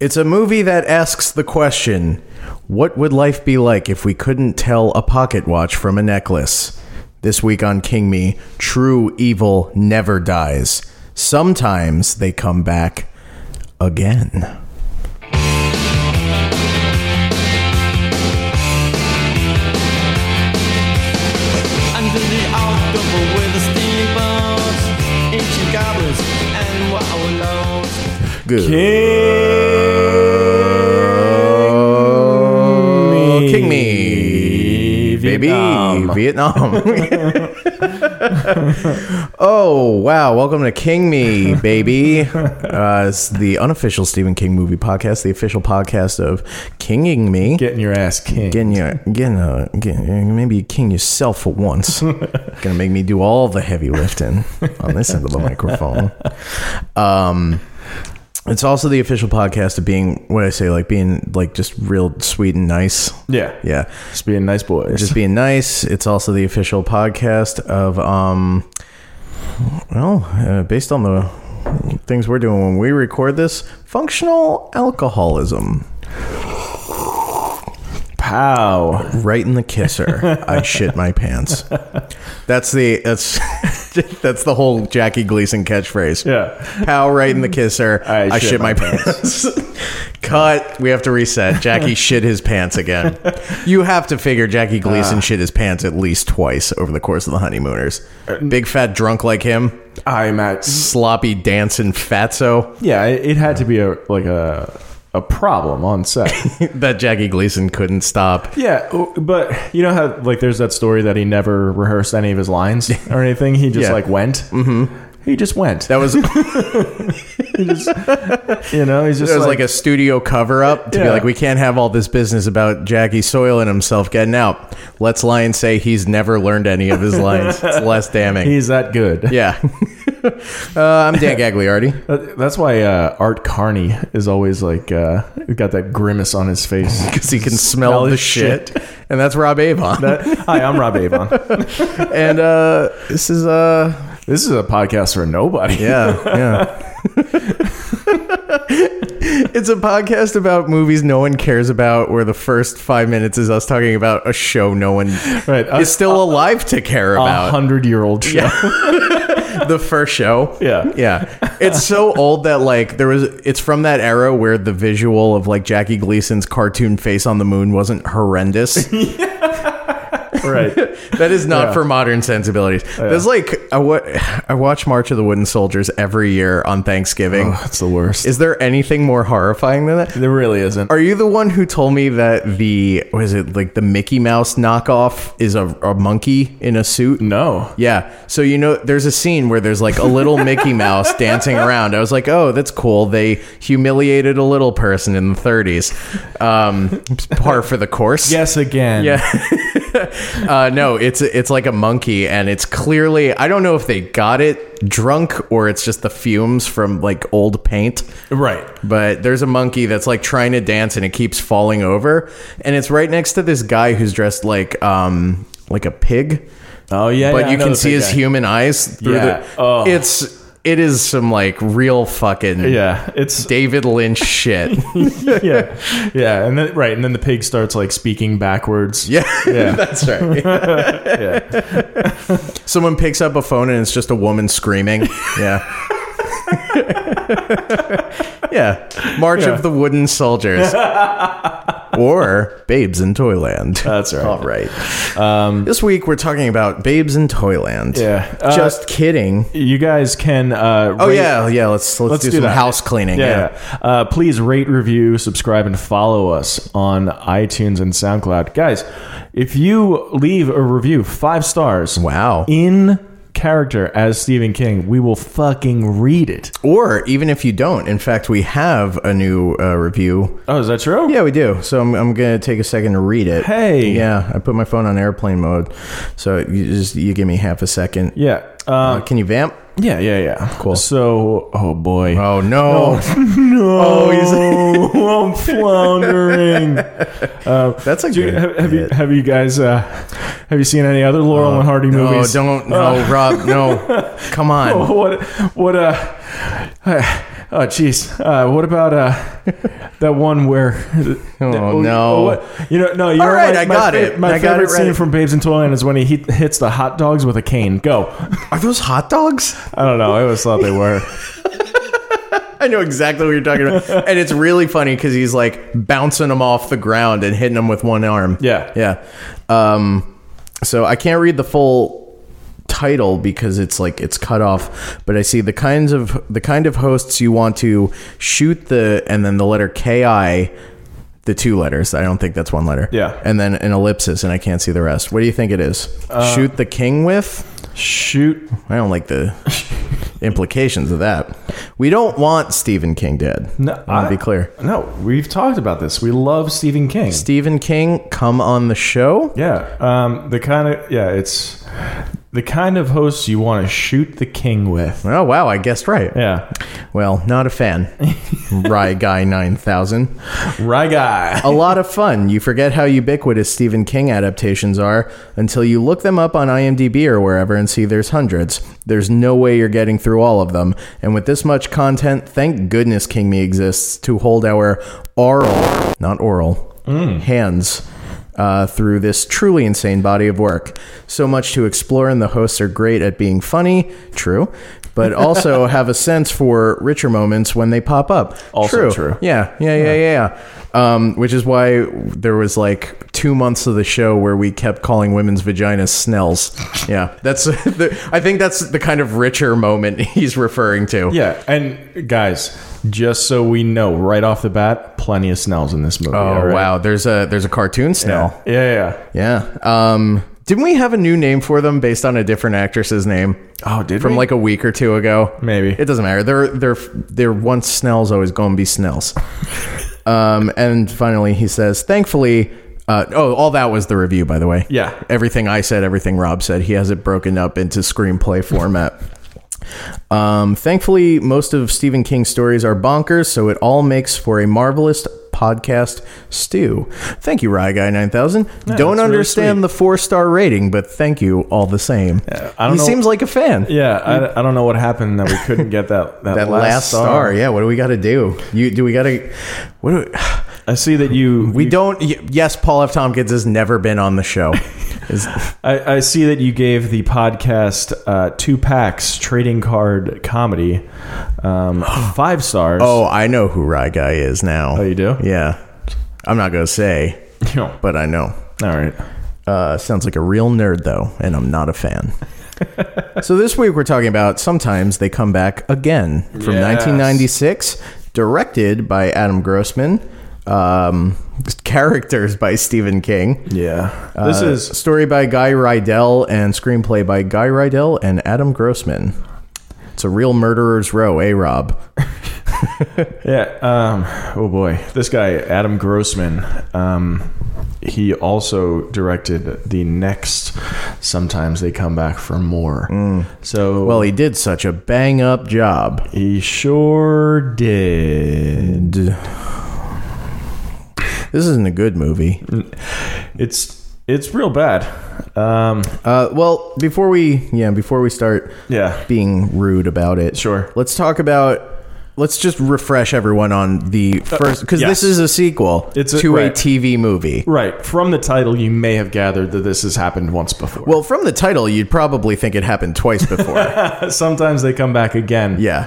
It's a movie that asks the question What would life be like if we couldn't tell a pocket watch from a necklace? This week on King Me, true evil never dies. Sometimes they come back again. Under the October with the steamboats, ancient goblins, and wallows. Good. King, me. King me. Baby, Vietnam. Vietnam. oh, wow. Welcome to King Me, baby. Uh, it's the unofficial Stephen King movie podcast, the official podcast of Kinging Me. Getting your ass king. Getting your, getting a, getting, maybe you king yourself for once. Gonna make me do all the heavy lifting on this end of the microphone. Um, it's also the official podcast of being what I say, like being like just real sweet and nice. yeah. Yeah, Just being nice boys. just being nice. It's also the official podcast of um, well, uh, based on the things we're doing when we record this, functional alcoholism. pow. right in the kisser. I shit my pants. That's the that's that's the whole Jackie Gleason catchphrase. Yeah. Pow right in the kisser. I, shit, my, pants. Cut. We have to reset. Jackie shit his pants again. You have to figure Jackie Gleason shit his pants at least twice over the course of the honeymooners. Big fat drunk like him, I'm at. sloppy dancing fatso Yeah, it, it had to be a like a a problem on set. that Jackie Gleason couldn't stop. yeah, o- but you know how like there's that story that he never rehearsed any of his lines or anything. He just Yeah. like went. Mm-hmm. He just went. That was that You know, he's just was like, like a studio cover up to be Yeah. like, we can't have all this business about Jackie Soil and himself getting out. Let's lie and say he's never learned any of his lines. It's less damning. he's that good. yeah. uh, I'm Dan Gagliardi. That- That's why uh, Art Carney is always like uh, got that grimace on his face. Because he can smell, the his shit. And that's Rob Avon. Hi, I'm Rob Avon. and uh, this is, uh, This is a podcast for nobody. yeah, yeah. it's a podcast about movies no one cares about, where the first five minutes is us talking about a show no one Right, a- is still alive to care a about. hundred year old show. the first show. Yeah. Yeah. It's so old that like there was it's from that era where the visual of like Jackie Gleason's cartoon face on the moon wasn't horrendous. right. that is not Yeah. for modern sensibilities. There's like I wa- I watch March of the Wooden Soldiers every year on Thanksgiving. Oh, That's the worst. Is there anything more horrifying than that? there really isn't. Are you the one who told me that the was it like the Mickey Mouse knockoff is a, a monkey in a suit? no. Yeah. So you know, there's a scene where there's like a little Mickey Mouse dancing around. I was like, oh, that's cool. They humiliated a little person in the 30s. Um, it's par for the course. Yes, again. Yeah. Uh, no, it's it's like a monkey, and it's clearly I don't know if they got it drunk or it's just the fumes from like old paint. Right. But there's a monkey that's like trying to dance and it keeps falling over, and it's right next to this guy who's dressed like um like a pig Oh yeah. but yeah, I you know can the see big his guy. human eyes through Yeah. the Oh. it's it is some like real fucking Yeah. It's David Lynch shit. yeah. Yeah. And then right. And then the pig starts like speaking backwards. Yeah. Yeah. That's right. Someone picks up a phone and it's just a woman screaming. Yeah. yeah. March Yeah. of the Wooden Soldiers. or Babes in Toyland. That's right. Um, All right. this week we're talking about Babes in Toyland. Yeah. Uh, just kidding. You guys can. Uh, Oh yeah, yeah. Let's let's, Let's do, do some that. house cleaning. Yeah. Uh, please rate, review, subscribe, and follow us on iTunes and SoundCloud. Guys, if you leave a review, five stars. Wow. In character as Stephen King, we will fucking read it. Or even if you don't. In fact, we have a new uh, review. Oh, is that true? Yeah, we do. So I'm, I'm gonna take a second to read it. Hey. Yeah, I put my phone on airplane mode, so you just you give me half a second. Yeah. Uh, Uh, can you vamp? yeah, yeah, yeah. Cool. So, oh boy. Oh no, no. I'm floundering. that's a Do you, good have, have you bit. have you guys uh, have you seen any other Laurel and Hardy no, movies? Uh. don't no, Rob, no. Come on. what what uh Oh, jeez. Uh, what about uh, that one where? Oh, you- no. what- you know, no. You All know, right, my- I my got fa- it. My I got favorite it right. scene from Babes in Toyland is when he he- hits the hot dogs with a cane. Go. Are those hot dogs? I don't know. I always thought they were. I know exactly what you're talking about. and it's really funny because he's like bouncing them off the ground and hitting them with one arm. Yeah. Yeah. Um, so I can't read the full title because it's like it's cut off but i see the kinds of the kind of hosts you want to shoot the and then the letter ki the two letters i don't think that's one letter Yeah. and then an ellipsis and i can't see the rest what do you think it is Uh, shoot the king with Shoot. I don't like the implications of that. We don't want Stephen King dead. No, I want I- to be clear. No, we've talked about this. We love Stephen King. Stephen King, come on the show. Yeah. Um, the kind of yeah, it's the kind of hosts you want to shoot the king with. Oh wow, I guessed right. Yeah. Well, not a fan. Rye guy nine thousand. Right guy. A lot of fun. You forget how ubiquitous Stephen King adaptations are until you look them up on IMDb or wherever and see there's hundreds. There's no way you're getting through all of them. And with this much content, thank goodness King Me exists to hold our oral, not oral, Mm. hands. Uh, through this truly insane body of work. So much to explore, and the hosts are great at being funny, true, but also have a sense for richer moments when they pop up. Also true. Yeah, yeah, yeah, yeah. yeah. Um, which is why there was like two months of the show where we kept calling women's vaginas snells. Yeah, that's. The, I think that's the kind of richer moment he's referring to. Yeah, and guys, just so we know right off the bat, plenty of Snells in this movie. Oh all right? wow, there's a there's a cartoon snell. Yeah, yeah. Yeah. Um, didn't we have a new name for them based on a different actress's name? Oh, did from we? like a week or two ago. Maybe. it doesn't matter. They're they're they're once Snell's always going to be Snell's. um, and finally, he says, "Thankfully." Uh, oh, all that was the review, by the way. Yeah. everything I said, everything Rob said, he has it broken up into screenplay format. Um, thankfully, most of Stephen King's stories are bonkers, so it all makes for a marvelous podcast stew. Thank you, Rye Guy Nine Thousand. Don't really understand sweet. the four star rating, but thank you all the same. I don't he know- seems like a fan. Yeah, I, I don't know what happened that we couldn't get that that, That last, star. yeah. What do we got to do? You do we got to? What do we, I see that you we don't? y- Yes, Paul F. Tompkins has never been on the show. Is- I, I see that you gave the podcast uh, two packs trading card comedy um, five stars. oh, I know who Rye Guy is now. Oh, you do? Yeah, I'm not gonna say, all but I know. right. Uh, sounds like a real nerd though, and I'm not a fan. so this week we're talking about sometimes they come back again from Yes. 1996, directed by Adam Grossman, um, characters by Stephen King. Yeah, this Uh, is story by Guy Rydell and screenplay by Guy Rydell and Adam Grossman. It's a real murderer's row, eh, Rob? yeah. Um, oh boy, this guy Adam Grossman. Um, he also directed the next. Sometimes they come back for more. So Mm. Well, he did such a bang up job. he sure did. D- This isn't a good movie. Mm. It's it's real bad. Um, Uh, well, before we yeah, before we start yeah. being rude about it, Sure. Let's talk about. Let's just refresh everyone on the first because Uh, yes. this is a sequel It's a- to right. a TV movie. Right. From the title, you may have gathered that this has happened once before. Well, from the title, you'd probably think it happened twice before. sometimes they come back again. yeah,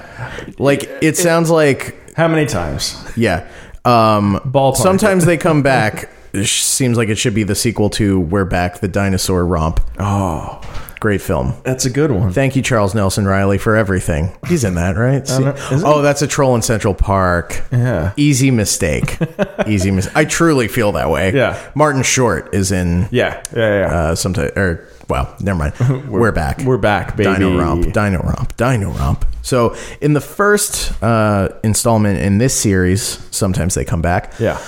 like it sounds like How many times? Yeah. Um, Ballpark. Sometimes they come back. Sh- Seems like it should be the sequel to We're Back, the Dinosaur Romp. Oh, Great film. that's a good one. Thank you, Charles Nelson Riley, for everything. He's in that, right? know. Is he? oh, that's a troll in Central Park. Yeah. Easy mistake. Easy mistake. I truly feel that way. Yeah. Martin Short is in. Yeah. Yeah. Yeah. Uh, sometime or well, never mind. we're, back. We're back, baby. Dino Romp, Dino Romp, Dino Romp. So, in the first uh, installment in this series, sometimes they come back. Yeah. Uh,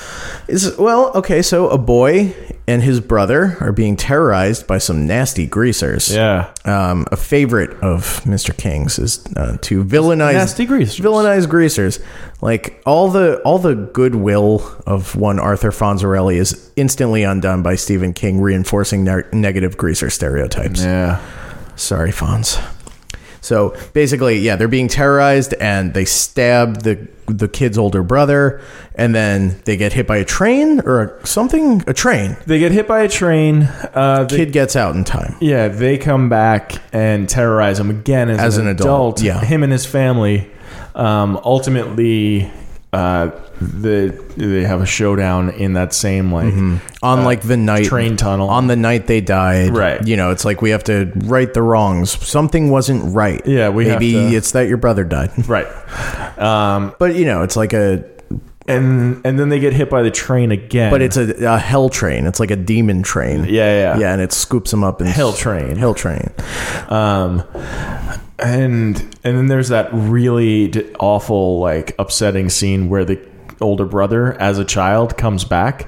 Is well, okay, so a boy and his brother are being terrorized by some nasty greasers. Yeah. Um, a favorite of Mr. King's is uh, to villainize Nasty greasers. Villainize greasers. Like all the all the goodwill of one Arthur Fonzarelli is instantly undone by Stephen King reinforcing ne- negative greaser stereotypes. Yeah. Sorry, Fonz. So basically, yeah, they're being terrorized and they stab the the kid's older brother, and then they get hit by a train or a, something. A train. They get hit by a train. Uh, they, Kid gets out in time. yeah, they come back and terrorize him again as, As an, an adult. adult, yeah. him and his family. Um, ultimately, uh, the they have a showdown in that same like on like the night Uh, train tunnel. Mm-hmm. on the night they died Right. you know it's like we have to right the wrongs something wasn't right Yeah, we have maybe to- it's that your brother died right, um, but you know it's like a and and then they get hit by the train again. but it's a, a hell train it's like a demon train yeah, yeah, yeah and it scoops them up and Hell train. hell train Um, and and then there's that really d- awful, like upsetting scene where the older brother, as a child, comes back,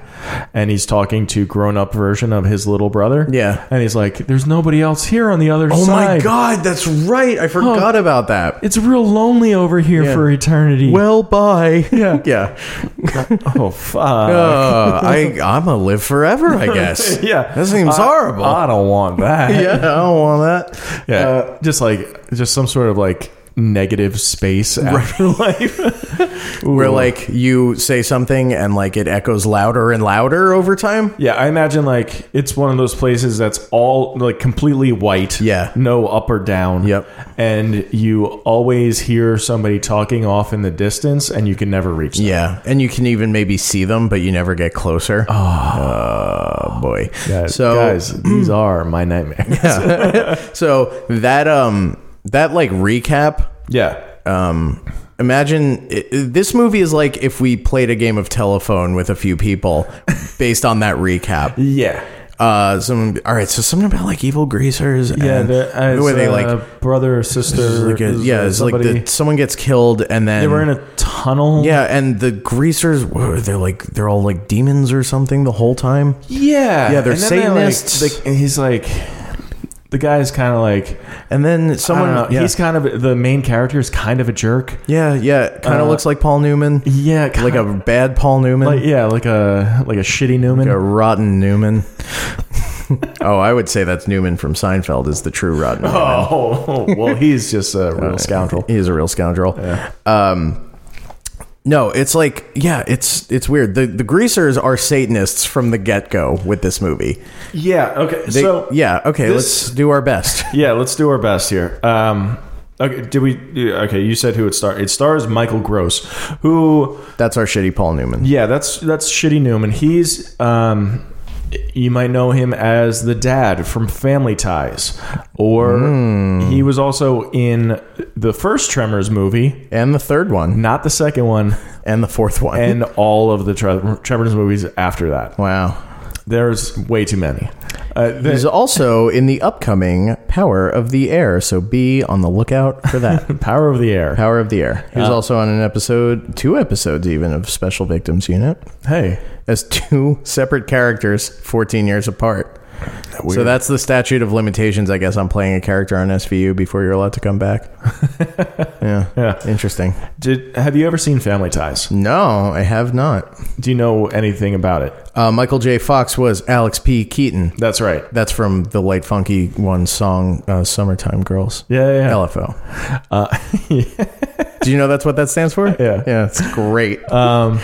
and he's talking to grown up version of his little brother. Yeah. and he's like, "There's nobody else here on the other oh side. my god that's right i forgot about that It's real lonely over here Yeah. for eternity." well bye Yeah. yeah oh fuck. uh, i i'ma live forever i guess yeah, that seems I- horrible I don't want that. yeah i don't want that yeah. Uh, just like just some sort of like negative space afterlife. where like you say something and like it echoes louder and louder over time. Yeah, I imagine like it's one of those places that's all like completely white. Yeah. No up or down. Yep. And you always hear somebody talking off in the distance and you can never reach them. Yeah, and you can even maybe see them, but you never get closer. Oh, boy! Guys- so Ah. guys, these are my nightmares. Yeah. so that um that like recap. Um, imagine i i- this movie is like if we played a game of telephone with a few people, based on that recap. Yeah. Uh, some all right. So something about like evil greasers. Yeah, and the, as, where they uh, like brother or sister. like a- is, yeah, uh, it's like somebody- the, someone gets killed and then they were in a tunnel. Yeah, and the greasers were- they're like they're all like demons or something the whole time. Yeah. Yeah, they're and then they, like, Satanists. they- and he's like the guy's kind of like And then someone I don't know, yeah. he's kind of the main character is kind of a jerk. yeah, yeah, kind of Uh, looks like Paul Newman. Yeah, kind Like a bad Paul Newman. Like yeah, like a like a shitty Newman. a rotten Newman. oh, I would say that's Newman from Seinfeld is the true rotten. Newman. oh well, he's just a real scoundrel. He is a real scoundrel. Um no, it's like yeah, it's it's weird. The the greasers are satanists from the get-go with this movie. Yeah. Okay. They- so yeah, yeah, okay, this- let's do our best. yeah. Let's do our best here. Um. Okay. Did we? yeah, Okay. You said who it stars. It stars Michael Gross, who That's our shitty Paul Newman. yeah, that's that's shitty Newman. He's um. You might know him as the dad from Family Ties, or he was also in the first Tremors movie, And the third one. not the second one, And the fourth one. and all of the Tre- Tremors movies after that. wow. There's way too many. Uh, He's the also in the upcoming Power of the Air, so be on the lookout for that. power of the air. Power of the Air. He's also on an episode, two episodes even, of Special Victims Unit Hey, as two separate characters, 14 years apart. So weird. that's the statute of limitations, I guess, on playing a character on SVU before you're allowed to come back. yeah. Yeah. Interesting. did have you ever seen Family Ties? No, I have not. Do you know anything about it? Uh, Michael J. Fox was Alex P. Keaton. That's right. That's from the light funky one song, uh, "Summertime Girls." Yeah, yeah, yeah. LFO. Uh, Do you know that's what that stands for? Yeah. yeah, it's great. um,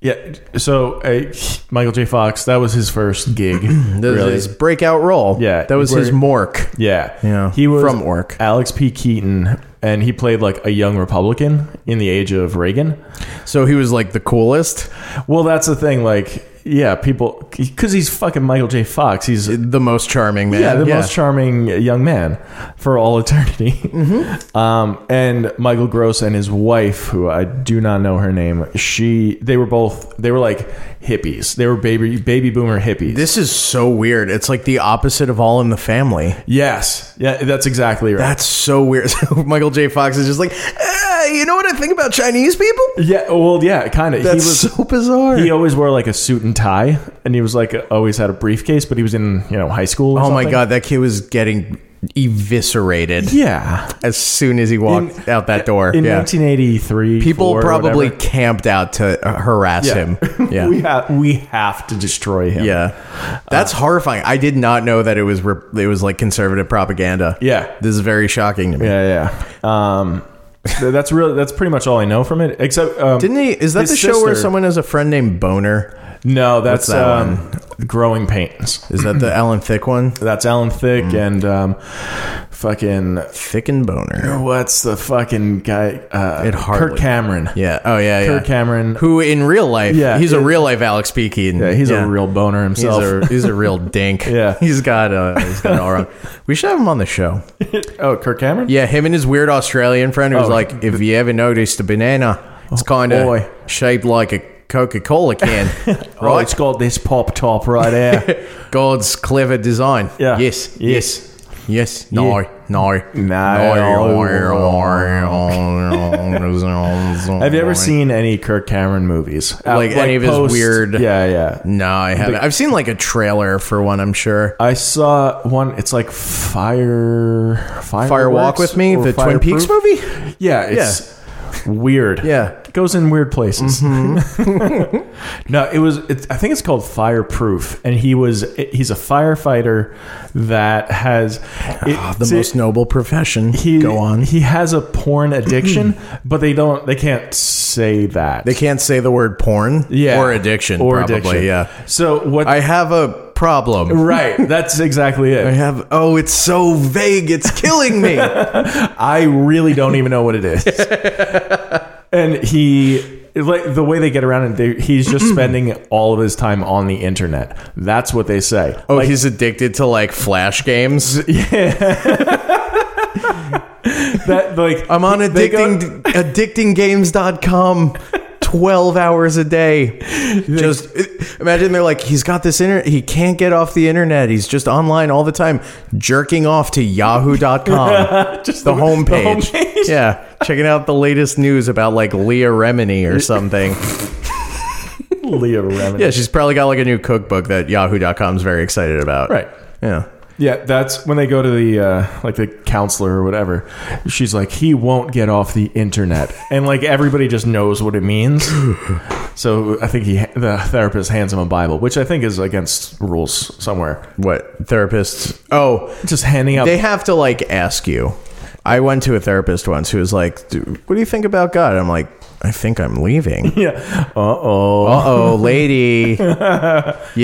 yeah. So uh, Michael J. Fox, that was his first gig. That was really. his breakout role. Yeah, that was his where- Mork. yeah, Yeah, He was from Ork. Alex P. Keaton, and he played like a young Republican in the age of Reagan. So he was like the coolest, Well, that's the thing. Like, yeah, people, because he's fucking Michael J. Fox. He's the most charming man. Yeah, the most charming young man for all eternity. Mm-hmm. Um, and Michael Gross and his wife, who I do not know her name, she they were both they were like hippies. They were baby baby boomer hippies. This is so weird. It's like the opposite of All in the Family. yes, yeah, that's exactly right. That's so weird. So Michael J. Fox is just like, "Ah, you know what I think about Chinese people? yeah, well, yeah, kind of. He That's was. so bizarre. he always wore like a suit and tie, and he was like always had a briefcase. But he was in you know high school. Or oh my something. god, that kid was getting eviscerated Yeah. as soon as he walked In- out that door. In yeah. 1983, People four, probably whatever, camped out to uh, harass him. Yeah. we have we have to Uh, destroy him. Yeah, that's horrifying. I did not know that it was rep- it was like conservative propaganda. Yeah. this is very shocking to me. Yeah, yeah. Um, th- that's really that's pretty much all I know from it. Except um, Didn't he? Is that his the show where sister- someone has a friend named Boner? No, that's that um, growing pains. Is that the Alan Thick one? That's Alan Thick Mm. and um, fucking Thick and Boner. what's the fucking guy? Uh, It hardly- Kurt Cameron. Yeah. Oh yeah. yeah. Kurt Cameron. who in real life? Yeah, he's a it- real life Alex Peake. yeah, he's a real boner He's himself. a, he's a real dink. Yeah. he's got uh, he's got it all wrong. We should have him on the show. oh, Kurt Cameron. Yeah, him and his weird Australian friend who's Oh. like, if you ever noticed a banana, it's kind boy. of shaped like a Coca Cola can, Oh, right? it's got this pop top right there. God's clever design. Yeah. Yes. Yes. Yes. Yes. No. No. No. Have you ever seen any Kirk Cameron movies? Uh, Like any of his weird- Yeah, yeah. No, I haven't. I've seen like a trailer for one. I'm sure. I saw one. It's like Fire Fire, Fire Walk with Me, the Twin Peaks movie. Yeah, it's weird. Yeah. it goes in weird places. Mm-hmm. no, it was. It's, I think it's called Fireproof, and he was he's a firefighter that has it- Ah, The Ah, see, most noble profession. He, Go on. He has a porn addiction, but they don't. They can't say that. They can't say the word porn. yeah, Or addiction. or probably. addiction. Yeah. So what? I have a problem. right. That's exactly it. I have. Oh, it's so vague. It's killing me. Oh, I really don't even know what it is. and he like the way they get around it, they, he's just spending all of his time on the internet. That's what they say. Oh, he's addicted to like flash games. That like I'm on they go- addicting addictinggames.com 12 hours a day. Just imagine they're like he's got this internet he can't get off the internet. He's just online all the time jerking off to yahoo.com. just the, homepage. homepage. Yeah, checking out the latest news about like Leah Remini or something. Leah Remini. yeah, she's probably got like a new cookbook that yahoo.com's very excited about. Right. Yeah. Yeah, that's when they go to the uh, like the counselor or whatever. She's like, he won't get off the internet, and like everybody just knows what it means. so I think he the therapist hands him a Bible, which I think is against rules somewhere. What? Therapists. Oh, Just handing out they have to like ask you. I went to a therapist once who was like, "D- "What do you think about God?" I'm like, "I think I'm leaving." Yeah. Uh oh. uh oh, lady, you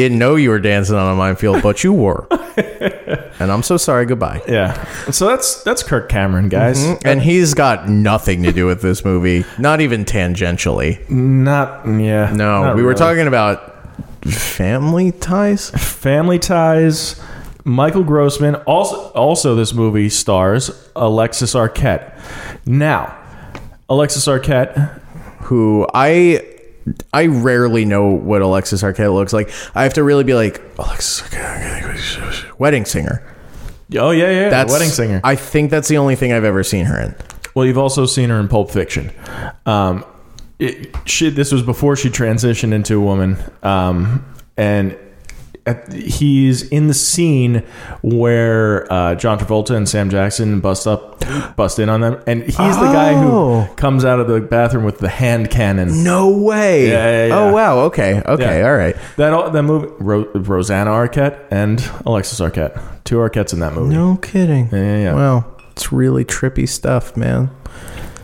didn't know you were dancing on a minefield, but you were. And I'm so sorry. Goodbye. Yeah. So that's that's Kirk Cameron, guys. And he's got nothing to do with this movie, not even tangentially. Mm-hmm. Not yeah. No, not we were really. talking about family ties. Family Ties. Michael Grossman. Also, also this movie stars Alexis Arquette. Now, Alexis Arquette. who I I rarely know what Alexis Arquette looks like. I have to really be like Alexis Arquette, wedding singer. Oh yeah, yeah, yeah. That's wedding singer. I think that's the only thing I've ever seen her in. well, you've also seen her in Pulp Fiction. Um, it, she, this was before she transitioned into a woman. Um, and at, he's in the scene where uh, John Travolta and Sam Jackson bust up, bust in on them, and he's the guy Oh. who comes out of the bathroom with the hand cannon. No way. Yeah, yeah, yeah. Oh wow. Okay. Okay. Yeah. All right. That all, that movie, Ro- Rosanna Arquette and Alexis Arquette, two Arquettes in that movie. No kidding. Yeah, yeah, yeah. Wow. It's really trippy stuff, man.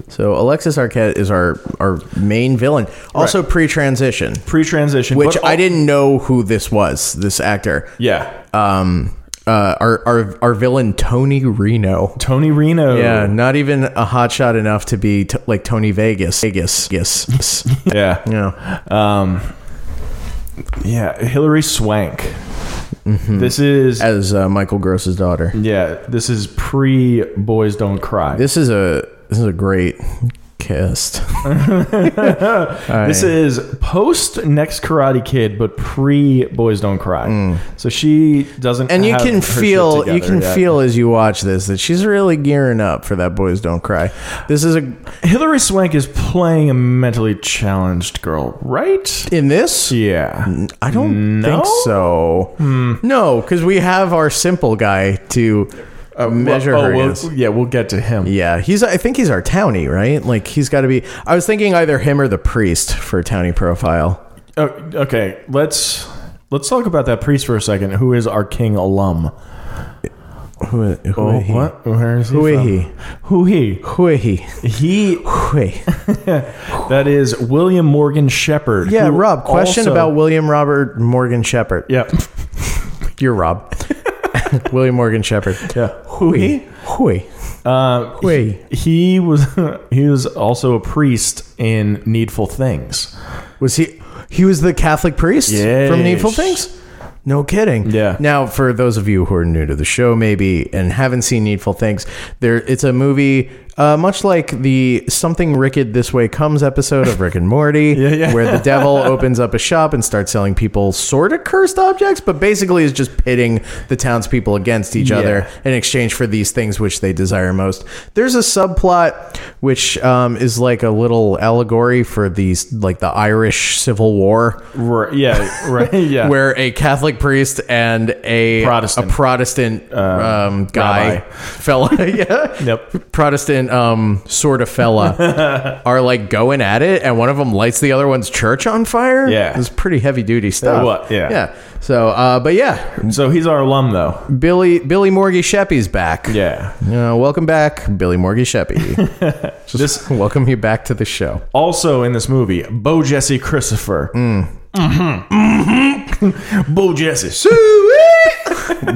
So Alexis Arquette is our our main villain. Also pre-transition, Pre-transition, which but- oh, I didn't know who this was. This actor. Yeah, Um. Uh, our, our our villain Tony Reno. Tony Reno. Yeah, not even a hot shot enough to be t- like Tony Vegas. Vegas, yes. yeah, yeah. Um, yeah, Hillary Swank. This is Mm-hmm. As uh, Michael Gross's daughter. yeah, this is pre Boys Don't Cry. This, This is a this is a great cast. is post Next Karate Kid, but pre Boys Don't Cry. So she doesn't, Mm. And you have can her shit feel you together can yet. feel as you watch this that she's really gearing up for that boys don't cry. This is a Hillary Swank is playing a mentally challenged girl, right? in this Yeah, I don't No? Hmm. think so. No, cuz we have our simple guy to Uh, Measure well, her oh, we'll- against. yeah, we'll get to him. Yeah, he's. I think he's our townie, right? Like he's got to be. I was thinking either him or the priest for townie profile. Oh, okay, let's let's talk about that priest for a second. Who is our king alum? Who, who Oh, he? what? Where is he? Who is from? he? Who he? Who is he? He. Who is he? That is William Morgan Shepherd. Yeah, who Rob. Question also- about William Robert Morgan Shepherd. Yeah, You're Rob. William Morgan Shepherd. yeah. Hui. Hui. Uh, Hui. he was he was also a priest in Needful Things. Was he? He was the Catholic priest Yes. from Needful Things. No kidding. Yeah. Now, for those of you who are new to the show, maybe and haven't seen Needful Things, there it's a movie. Uh, much like the something Ricked This Way Comes episode of Rick and Morty, yeah. where the devil opens up a shop and starts selling people sort of cursed objects, but basically is just pitting the townspeople against each other in exchange for these things which they desire most. There's a subplot which um, is like a little allegory for these, like the Irish Civil War, Right, yeah, right. Yeah, where a Catholic priest and a Protestant. a Protestant um, guy rabbi. fella, yeah, Yep. Protestant um, sort of fella are like going at it, and one of them lights the other one's church on fire. Yeah. it's pretty heavy duty stuff. what- yeah. yeah. So, uh, but yeah, So he's our alum, though. Billy Billy Morgy Sheppy's back. Yeah. Uh, welcome back, Billy Morgy Sheppy. This welcome you back to the show. also in this movie, Bo Jesse Christopher. Mm-hmm. Bo Jesse.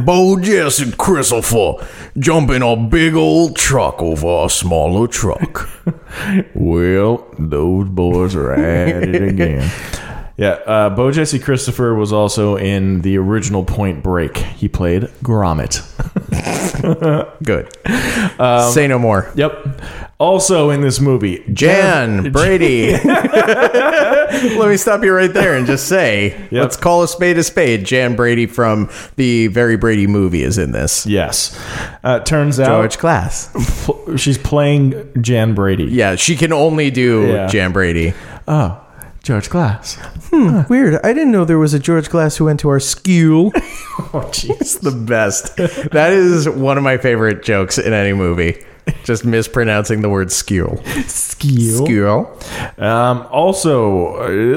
Bo Jess and Christopher jumping a big old truck over a smaller truck. Well, those boys are at it again. Yeah, uh, Bo Jesse Christopher was also in the original Point Break. He played Gromit. Good. Say no more. Yep. Also in this movie, Jan Brady. Let me stop you right there and just say, let's call a spade a spade. Jan Brady from the Very Brady movie is in this. Yes. Uh, turns out George Class. pl- she's playing Jan Brady. Yeah, she can only do Yeah. Jan Brady. Oh, George Glass. Weird. I didn't know there was a George Glass who went to our school. Oh, jeez. It's the best. That is one of my favorite jokes in any movie. Just mispronouncing the word skewl. Skewl. Um, also,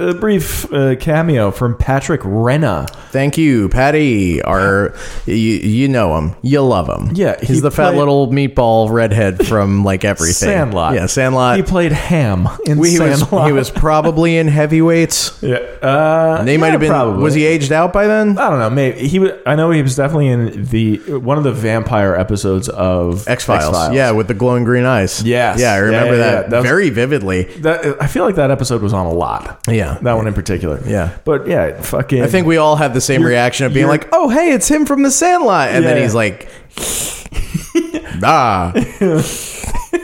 a brief uh, cameo from Patrick Renna. Thank you, Patty. Our, you, you know him. You love him. Yeah, he he's the fat played- little meatball redhead from like everything. Sandlot. Yeah, Sandlot. He played Ham in he, was, Sandlot. he was probably in heavyweights. Yeah, uh, They might yeah, have been. probably. Was he aged out by then? I don't know. Maybe he. Was, I know he was definitely in the one of the vampire episodes of X Files. Yeah, with the glowing green eyes. Yes. Yeah, I Yeah, remember yeah, that, yeah. That was- very vividly. That, I feel like that episode was on a lot. Yeah. that one in particular. Yeah. but yeah, fucking. I think we all had the same You're- reaction of being you're- like, "Oh, hey, it's him from The Sandlot," and then Yeah. he's like, "Ah, you're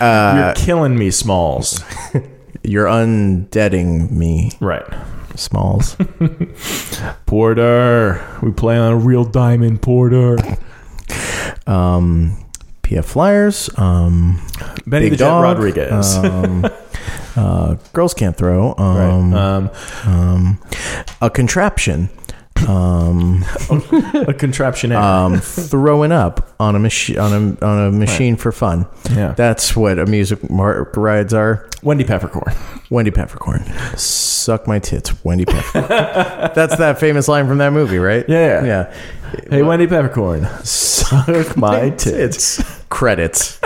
uh, killing me, Smalls. you're undeading me, right, Smalls." Porter. We play on a real diamond, Porter. Um, PF Flyers, um, Benny Big the Jet Dog, Rodriguez. um, uh, girls can't throw. Right. Um, um, um, a contraption. Um, a contraption. um, throwing up on a machine on a on a machine for fun. Yeah. That's what a music mark rides are. Wendy Peppercorn. Wendy Peppercorn. Suck my tits, Wendy Peppercorn. That's that famous line from that movie, right? Yeah. Yeah. Hey, Wendy Peppercorn. Mm-hmm. Suck my tits. Credits.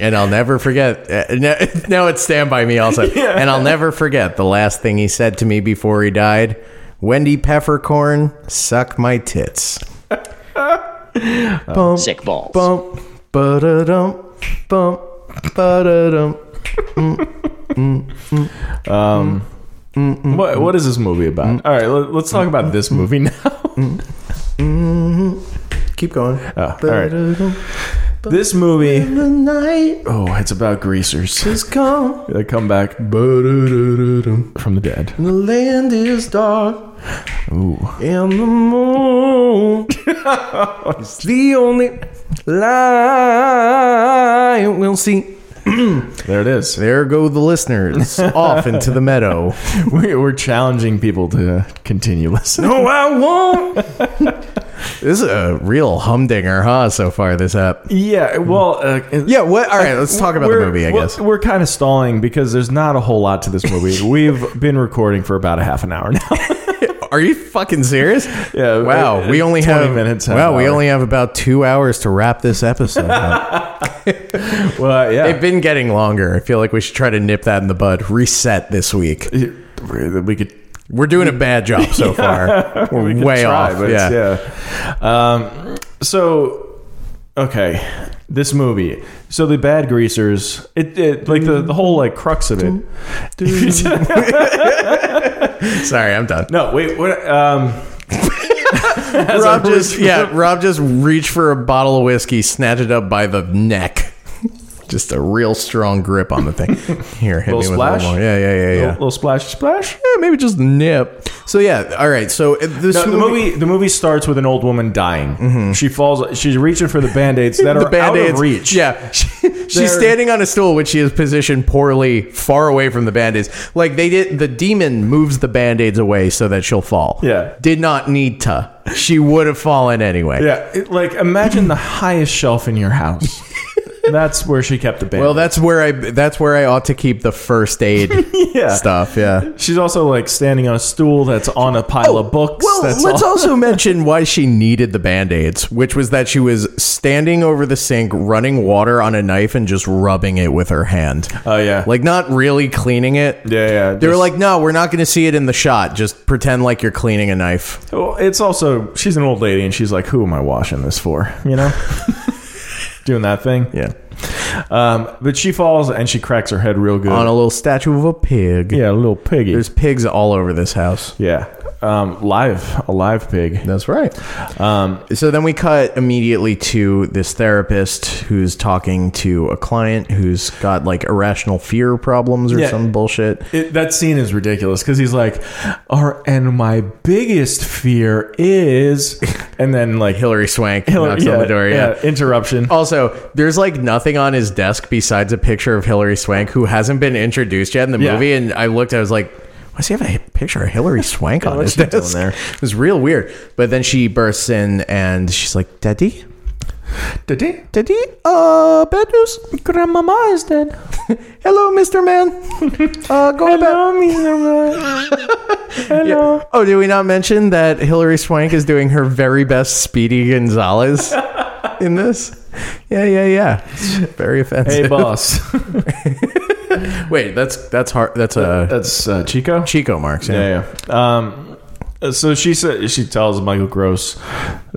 and I'll never forget. uh, Now, now it's Stand By Me also. And I'll never forget the last thing he said to me before he died Wendy Peppercorn, suck my tits. Bump, Sick balls. Bump, ba-da-dum, bump, ba-da-dum. Um, what what is this movie Mm-hmm. about? All right, let, let's talk about this movie now. Keep going. Oh, all right, this movie. The night Oh, it's about greasers. is come. They come back from the dead. The land is dark. And the moon is the only light we'll see. There it is. There go the listeners off into the meadow. We- We're challenging people to continue listening. No, I won't. this is a real humdinger, huh? So far, this app. Yeah, well, uh, Yeah. What? All right. Let's talk about the we're- movie. I we're- guess. We're, kind of stalling because there's not a whole lot to this movie. We've been recording for about a half an hour now. Are you fucking serious? Yeah, Wow. uh, We only 20 have minutes, half Wow. We hour. only have about two hours to wrap this episode. up. well, uh, yeah. It's been getting longer. I feel like we should try to nip that in the bud. Reset this week. we could We're doing a bad job so far. We're we could way try, off. but yeah. it's- yeah. Um, so, okay, this movie. So the bad greasers. It, it like the, the whole like crux of it. Sorry, I'm done. no, wait. What? Um, as Rob I'm just reaching yeah. Rob just reached for a bottle of whiskey, snatched it up by the neck. Just a real strong grip on the thing. Here, hit me Little with a splash? little more. Yeah, yeah, yeah, yeah. Little, little splash, splash. Yeah, maybe just nip. So yeah, all right. So uh, this No, the movie, movie the movie starts with an old woman dying. She falls. She's reaching for the band aids that Mm-hmm. the are out band-aids. of reach. Yeah, She- They're- she's standing on a stool, which she is positioned poorly, far away from the band aids. Like they did, the demon moves the band aids away so that she'll fall. Yeah. did not need to. She would have fallen anyway. yeah. It- like imagine the highest shelf in your house. That's where she kept the band. Well, that's where I that's where I ought to keep the first aid Yeah. stuff. Yeah. She's also like standing on a stool that's on a pile of books. Oh, Well, that's let's all. also mention why she needed the band aids, which was that she was standing over the sink, running water on a knife, and just rubbing it with her hand. Oh yeah, Like, not really cleaning it. yeah, yeah. They were just- like, no, we're not going to see it in the shot. Just pretend like you're cleaning a knife. Well, it's also she's an old lady, and she's like, "Who am I washing this for?" You know, doing that thing. Yeah. Um, but she falls and she cracks her head real good. On a little statue of a pig. yeah, a little piggy. There's pigs all over this house. yeah, um, live, a live pig. That's right. Um, So then we cut immediately to this therapist who's talking to a client who's got like irrational fear problems or Yeah. some bullshit. it, that scene is ridiculous because he's like, "Our and my biggest fear is," and then like he'll Hillary Swank knocks on the door. Yeah. Oh, interruption. Also, there's like nothing on his desk besides a picture of Hillary Swank who hasn't been introduced yet in the Yeah. movie. And I looked, I was like, why does he have a picture of Hillary Swank on what's his she doing desk? there? It was real weird. But then she bursts in and she's like, Daddy, Daddy, Daddy, uh, bad news. grandmama is dead. Hello, Mr. Man. Uh, go to bed. Yeah. Oh, did we not mention that Hillary Swank is doing her very best Speedy Gonzalez in this? Yeah, yeah, yeah. It's very Hey, offensive. boss. Wait, that's that's hard. That's a uh, That's uh, Chico. Chico marks. Yeah. Yeah, yeah. Um, so she said she tells Michael Gross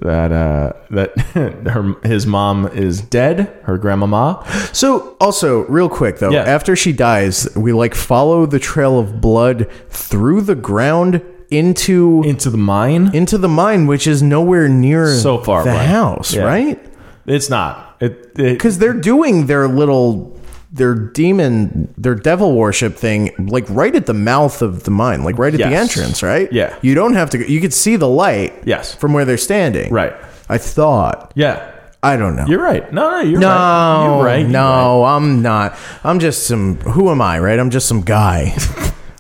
that uh, that her his mom is dead, her grandmama. So, also, real quick though, Yeah. after she dies, we like follow the trail of blood through the ground into into the mine. into the mine, which is nowhere near So far the away. house, Yeah. right? It's not. It, it Because they're doing their little their demon their devil worship thing like right at the mouth of the mine like right at the Yes. entrance right Yeah. you don't have to go you could see the light Yes. from where they're standing Right. i thought yeah. i don't know You're right. No, no, you're no, right. You're right. You're no, I'm not. I'm just some. Who am I? Right? I'm just some guy.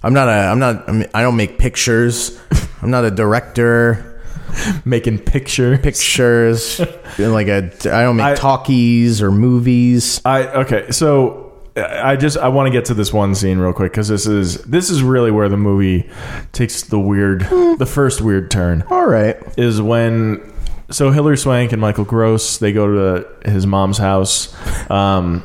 I'm not a. I'm not. I'm, I don't make pictures. I'm not a director. right. making picture. Pictures. like a. I don't make I- talkies or movies. I okay. So I I just I want to get to this one scene real quick because this is this is really where the movie takes the weird, Hmm. the first weird turn. All right. is when so Hillary Swank and Michael Gross they go to his mom's house. Um,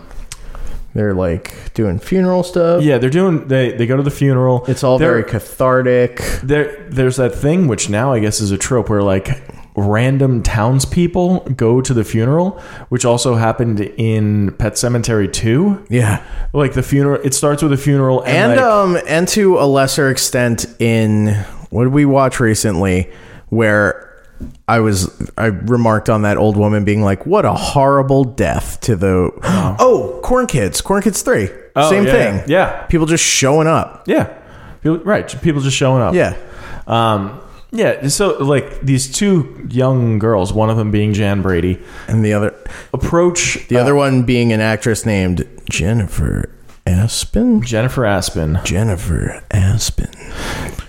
They're like doing funeral stuff. yeah, they're doing they they go to the funeral. It's all They're- very cathartic. there. There's that thing which now I guess is a trope where like random townspeople go to the funeral, which also happened in Pet Cemetery Two. Yeah. Like the funeral, it starts with a funeral and, And like, um and to a lesser extent in what did we watch recently where I was I remarked on that old woman being like, "What a horrible death to the Oh, Corn Kids, Corn Kids 3. Oh, Same yeah, thing. Yeah, People just showing up. yeah, yeah. People- Right, people just showing up. Yeah. Um, Yeah, so like these two young girls, one of them being Jan Brady, and the other approach uh, the other one being an actress named Jennifer Aspen. Jennifer Aspen. Jennifer Aspen.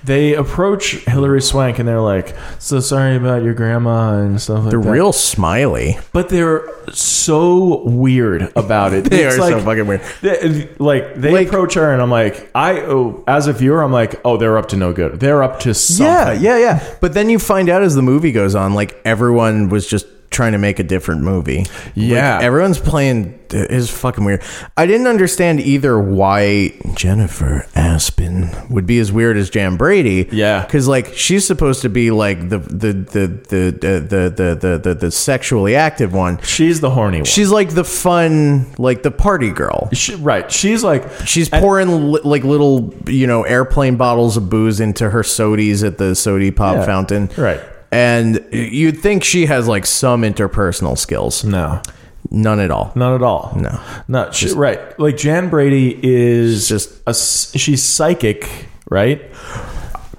They approach Hillary Swank and they're like, "So sorry about your grandma and stuff like They're that." real smiley. but they're so weird about it. They It's are so like- fucking weird. They, like they Like- approach her, and I'm like, I oh, as a viewer, I'm like, oh, they're up to no good. They're up to something. Yeah, yeah, yeah. But then you find out as the movie goes on, like everyone was just trying to make a different movie. Yeah. Like, everyone's playing is fucking weird. I didn't understand either why Jennifer Aspen would be as weird as Jan Brady. Yeah. because like she's supposed to be like the the the the the the the the, the sexually active one. She's the horny one. She's like the fun, like the party girl. She- right. She's like She's pouring li- like little, you know, airplane bottles of booze into her sodies at the sody pop Yeah, fountain. right. And you'd think she has like some interpersonal skills. no, None at all. not at all. No. not she, right. Like Jan Brady is Just- a s- she's psychic, right?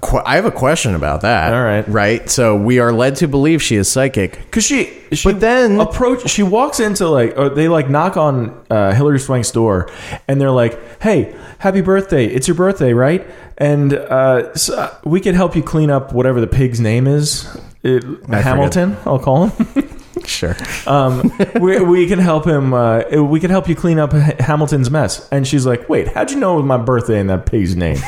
Qu- I have a question about that. All right. Right. So we are led to believe she is psychic. Cause she, she, But then- approach. She walks into like, or they like knock on uh, Hillary Swank's door, and they're like, "Hey, happy birthday! It's your birthday, right? And uh, so uh, we could help you clean up whatever the pig's name is, It- Hamilton. I'll call him. Sure. um, we, we can help him. Uh, we can help you clean up H- Hamilton's mess." And she's like, "Wait, how'd you know it was my birthday and that pig's name?"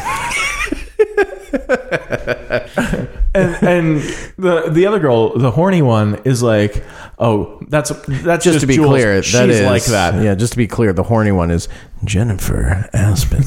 and and the the other girl, the horny one, is like, oh, that's that's Just, to be Jules. clear, she's that is like that. Yeah. Just to be clear, the horny one is Jennifer Aspen.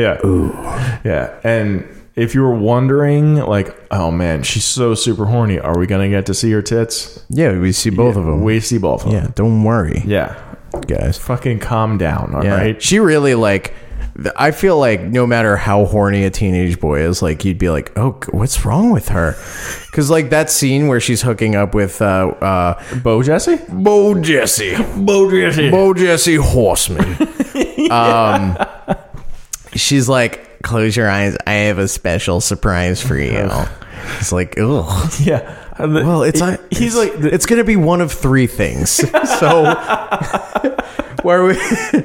Yeah, yeah. And if you were wondering, like, oh man, she's so super horny. Are we gonna get to see her tits? yeah. We see both of them. We see both of yeah. them. Don't worry, Yeah, guys. fucking calm down. All right. Yeah. She really like th- I feel like no matter how horny a teenage boy is, like you'd be like, "Oh, g- what's wrong with her?" Because like that scene where she's hooking up with uh, uh, Bo Jesse. Bo Jesse, Bo Jesse. Bo Jesse Horseman. um, she's like, "Close your eyes. I have a special surprise for you." It's like, ugh. yeah. And the- Well, it's he- I, he's it's- like the- it's going to be one of three things. so where we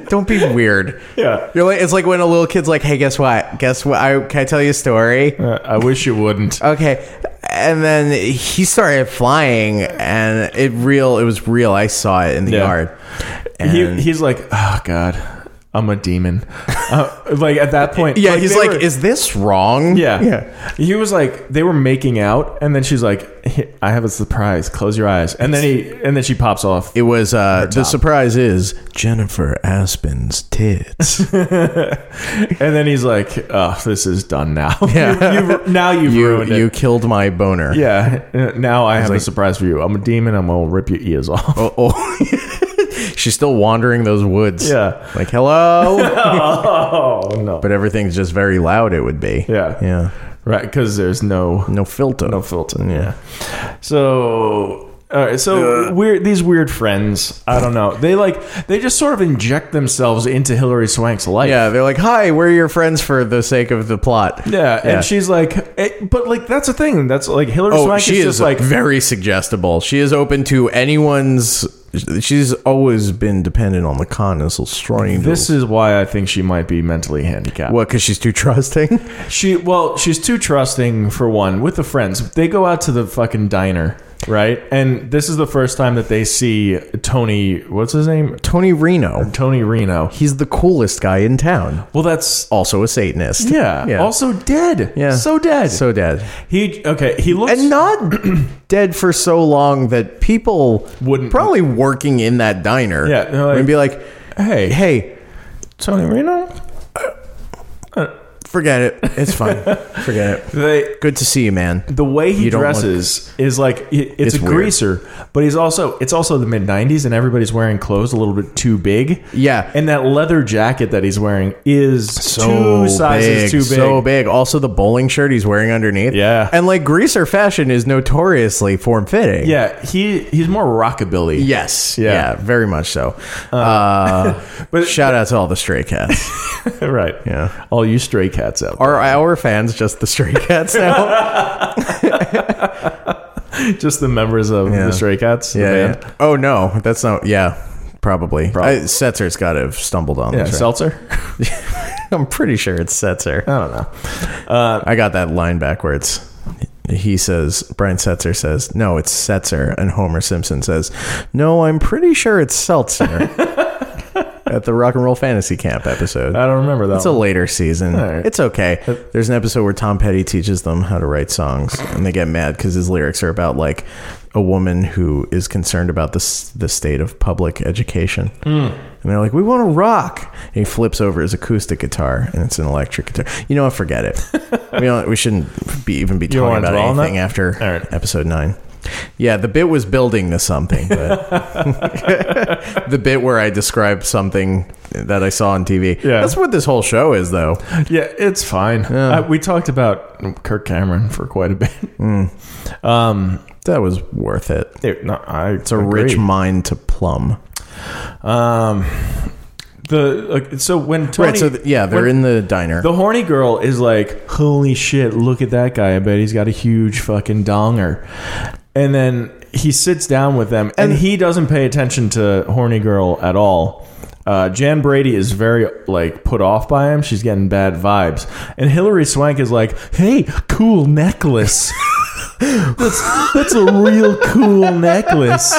don't be weird. Yeah. You're like it's like when a little kid's like, "Hey, guess what? Guess what? I can I tell you a story?" Uh, I wish you wouldn't. Okay. And then he started flying and it real it was real. I saw it in the Yeah. yard. And He, he's like, oh god, I'm a demon. Uh, like at that point, yeah, he's they like, were- "Is this wrong?" yeah, Yeah. He was like, they were making out, and then she's like, I have a surprise. Close your eyes, and then he, and then she pops off. It was uh the surprise is Jennifer Aspen's tits. And then he's like, oh, this is done now. Yeah. you, have now you've you ruined you it. killed my boner. Yeah, Uh, now I have a like- surprise for you. I'm a demon. I'm gonna rip your ears off. Oh, oh. she's still wandering those woods. Yeah. Like, hello. Oh no. but everything's just very loud, it would be. Yeah. Yeah. right, because there's no No filter. No filter. Yeah. So. All right, so weird. These weird friends. I don't know. They like they just sort of inject themselves into Hillary Swank's life. Yeah. They're like, hi, we're your friends for the sake of the plot. Yeah, and Yeah. she's like, eh, but like that's the thing. That's like Hillary Oh, Swank she is is, just like, very suggestible. She is open to anyone's. She's always been dependent on the connessal strain. this is why I think she might be mentally handicapped. what? Because she's too trusting. She well, she's too trusting for one. With the friends, they go out to the fucking diner, right? And this is the first time that they see Tony. What's his name? Tony Reno. Tony Reno. He's the coolest guy in town. Well, that's Also a Satanist. yeah. Also dead. Yeah. So dead. so dead. He okay. He looks and not dead for so long that people Wouldn't- probably working in that diner Yeah, they're like- would be like, Hey, hey, "Hey, Tony Reno. forget it. It's fine. forget it. They, Good to see you, man." the way he You don't look- dresses is like i- It's it's, a weird. greaser, but he's also it's also the mid '90s, and everybody's wearing clothes a little bit too big. Yeah. and that leather jacket that he's wearing is two sizes big, too big. so big. Also, the bowling shirt he's wearing underneath. Yeah. and like greaser fashion is notoriously form fitting. Yeah, he he's more rockabilly. Yes. Yeah. Yeah. Very much so. Uh, but- shout out to all the stray cats. right. Yeah. all you stray cats out Are our fans just the stray cats now? there. Just the members of Yeah. the Stray Cats. the yeah, band. yeah. Oh no, that's not. Yeah, probably. Probably. I, Setzer's got to have stumbled on Yeah, this. right? Seltzer. Oh, I'm pretty sure it's Setzer. I don't know. I got that line backwards. He says, Brian Setzer says, no, it's Setzer. And Homer Simpson says, no, I'm pretty sure it's Seltzer. At the Rock and Roll Fantasy Camp episode. I don't remember that. It's a one. later season. Alright. It's okay. Uh, There's an episode where Tom Petty teaches them how to write songs, and they get mad because his lyrics are about like a woman who is concerned about the s- the state of public education. Hmm. And they're like, "We want to rock." And he flips over his acoustic guitar, and it's an electric guitar. You know, I forget it. we don't, we shouldn't be even be You don't talking wanna about dwell on anything that? after Alright. episode nine. Yeah, the bit was building to something, but the bit where I described something that I saw on TV. Yeah. That's what this whole show is, though. Yeah, it's fine. Uh, we talked about Kirk Cameron for quite a bit. Hmm. Um, That was worth it. it- no, I It's a rich mine to plumb. Um, the like, so when Tony, right. So th- yeah, they're when- in the diner. The horny girl is like, holy shit, look at that guy. I bet he's got a huge fucking donger. And then he sits down with them and, he doesn't pay attention to horny girl at all. Uh, Jan Brady is very like put off by him. She's getting bad vibes. And Hillary Swank is like, hey, cool necklace. that's, that's a real cool necklace.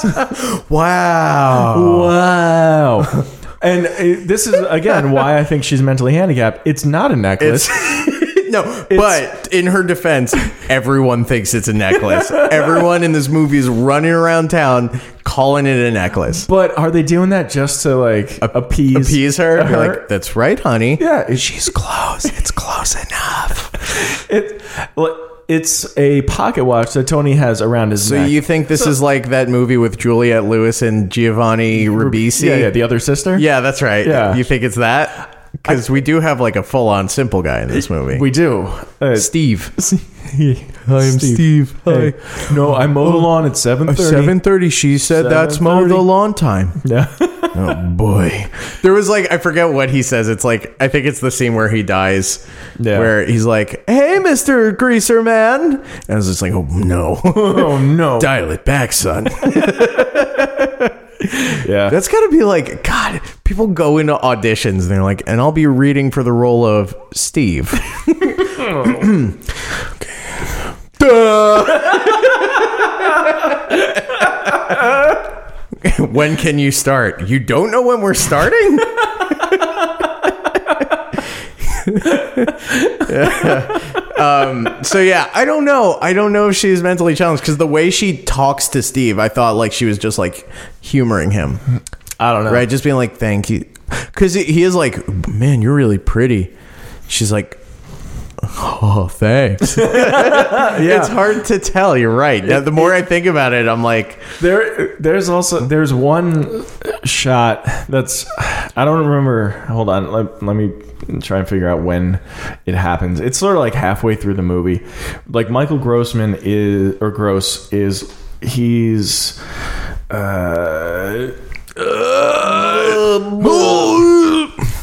wow. Wow. And uh, this is again why I think she's mentally handicapped. It's not a necklace. no, but in her defense, everyone thinks it's a necklace. everyone in this movie is running around town calling it a necklace. But are they doing that just to like appease Appease her. You're her? like, that's right, honey. yeah, it- she's close. It's close enough. it, like, it's a pocket watch that Tony has around his So neck. you think this is like that movie with Juliette Lewis and Giovanni Ribisi? yeah, yeah, the other sister. Yeah, that's right. Yeah. You think it's that? Because we do have like a full on simple guy in this movie. we do. Uh, Steve. I'm Hey. No, I mow the lawn at Oh, seven thirty. Seven thirty. She said that's mow the 7:30. lawn time. Yeah. Oh boy, there was like I forget what he says. It's like I think it's the scene where he dies, Yeah. where he's like, "Hey, Mister Greaser Man," and I was just like, "Oh no, oh no. dial it back, son." yeah. That's gotta be like God. People go into auditions and they're like, "And I'll be reading for the role of Steve." Duh. when can you start? You don't know when we're starting? um, so yeah, I don't know. I don't know if she's mentally challenged because the way she talks to Steve, I thought like she was just like humoring him, I don't know. right? Just being like, "Thank you," because he is like, "Man, you're really pretty." She's like, "Oh, thanks." Yeah. It's hard to tell. You're right. Now, the more I think about it, I'm like, There, there's also there's one shot that's I don't remember. Hold on, let, let me try and figure out when it happens. It's sort of like halfway through the movie. Like Michael Grossman is or Gross is he's. Uh,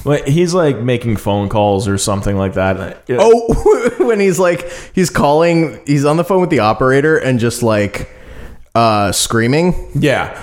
like he's like making phone calls or something like that. oh, when he's like, he's calling, he's on the phone with the operator and just like uh, screaming. Yeah,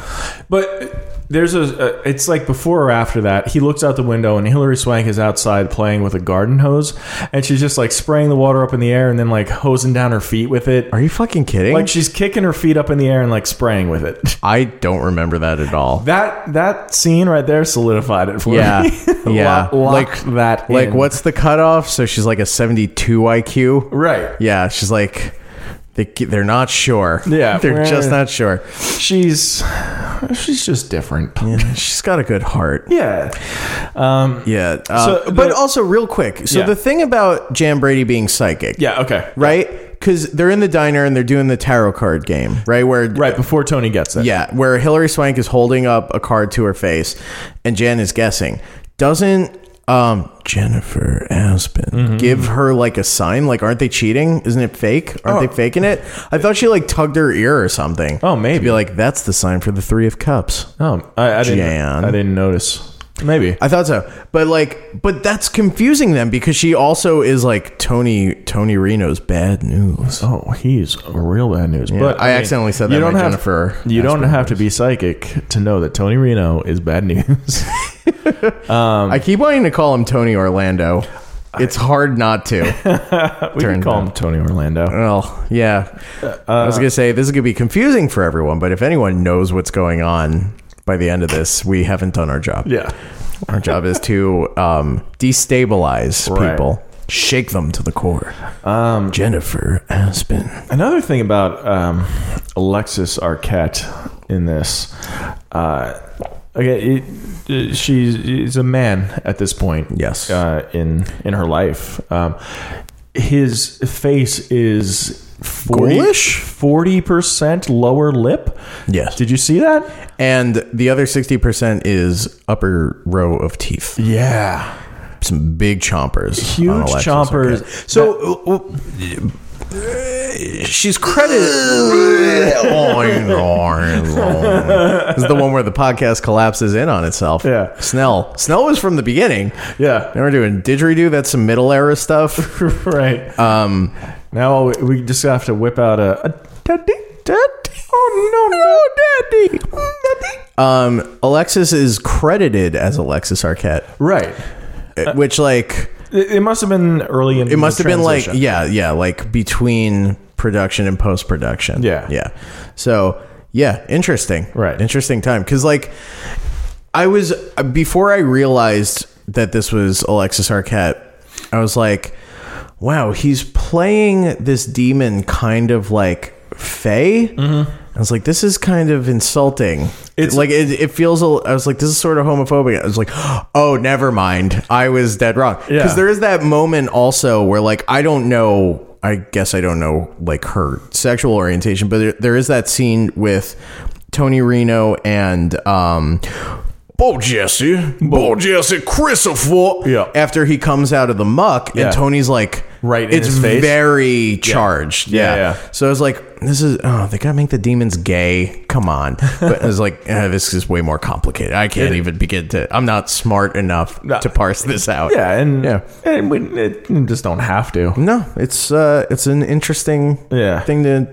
but there's a. uh, It's like before or after that. He looks out the window and Hillary Swank is outside playing with a garden hose, and she's just like spraying the water up in the air and then like hosing down her feet with it. Are you fucking kidding? Like she's kicking her feet up in the air and like spraying with it. I don't remember that at all. That that scene right there solidified it for Yeah. me. Yeah. Lock- lock Like- that. like, in. what's the cutoff? So she's like a 72 IQ. right? Yeah, she's like, they, they're not sure. Yeah. They're just not sure. She's she's just different. Yeah. She's got a good heart. Um. Yeah. uh, So but the- also, real quick. So Yeah. the thing about Jan Brady being psychic. Yeah. Okay. right? Because they're in the diner and they're doing the tarot card game, right? Where Right before Tony gets it. yeah, where Hillary Swank is holding up a card to her face, and Jan is guessing. Doesn't um, Jennifer Aspen Mm-hmm. give her like a sign? Like, aren't they cheating? Isn't it fake? Aren't they faking it? I thought she like tugged her ear or something. Oh, To maybe. be like that's the sign for the Three of Cups. Oh, I, I didn't. Jan. I didn't notice. Maybe. I thought so. But like but that's confusing them because she also is like Tony Tony Reno's bad news. Oh, he's real bad news. but I accidentally said that about Jennifer You don't have to be psychic to know that Tony Reno is bad news. Um, I keep wanting to call him Tony Orlando. It's hard not to. we can Turned call him out. Tony Orlando. well, yeah. I Uh, was going to say this is going to be confusing for everyone, but if anyone knows what's going on by the end of this, we haven't done our job. Yeah. Our job is to um, destabilize Right. people, shake them to the core. Um, Jennifer Aspen. Another thing about um, Alexis Arquette in this, uh, okay, it, it- she's, she's a man at this point. Yes. uh, in in her life. Um, his face is. 40 Ghoulish? percent lower lip. Yes. Did you see that? And the other 60% is upper row of teeth. Yeah. Some big chompers. on Huge Alexis chompers. Arquette. So She's credited. is the one where the podcast collapses in on itself. Yeah. Snell. Snell was from the beginning. yeah, Now we're doing didgeridoo. That's some middle era stuff. right. Uh, Um, now we, we just have to whip out a, a daddy, daddy. Oh no, no, daddy, daddy. Um, Alexis is credited as Alexis Arquette, Right. Uh, which like It, it must have been early in. it must have been like yeah, yeah, like between production and post production. Yeah. yeah. So yeah, interesting. Right. interesting time because like I was before I realized that this was Alexis Arquette, I was like, wow, he's playing this demon kind of like Faye. I was like, this is kind of insulting. It's- It's like it, it feels. a- I was like, this is sort of homophobic. I was like, oh, never mind. I was dead wrong because Yeah. there is that moment also where like I don't know. I guess I don't know like her sexual orientation, but there, there is that scene with Tony Reno and um. Bo Jesse, Bo Jesse, Christopher. Yeah. After he comes out of the muck, Yeah. and Tony's like, Right in it's his face. very charged. Yeah, Yeah. yeah. So I was like, this is oh, they gotta make the demons gay. Come on. But I was like, eh, this is way more complicated. I can't even begin to. I'm not smart enough No. to parse this out. Yeah, and Yeah. Mm. and we it, we just don't have to. No, it's uh, it's an interesting Yeah. thing to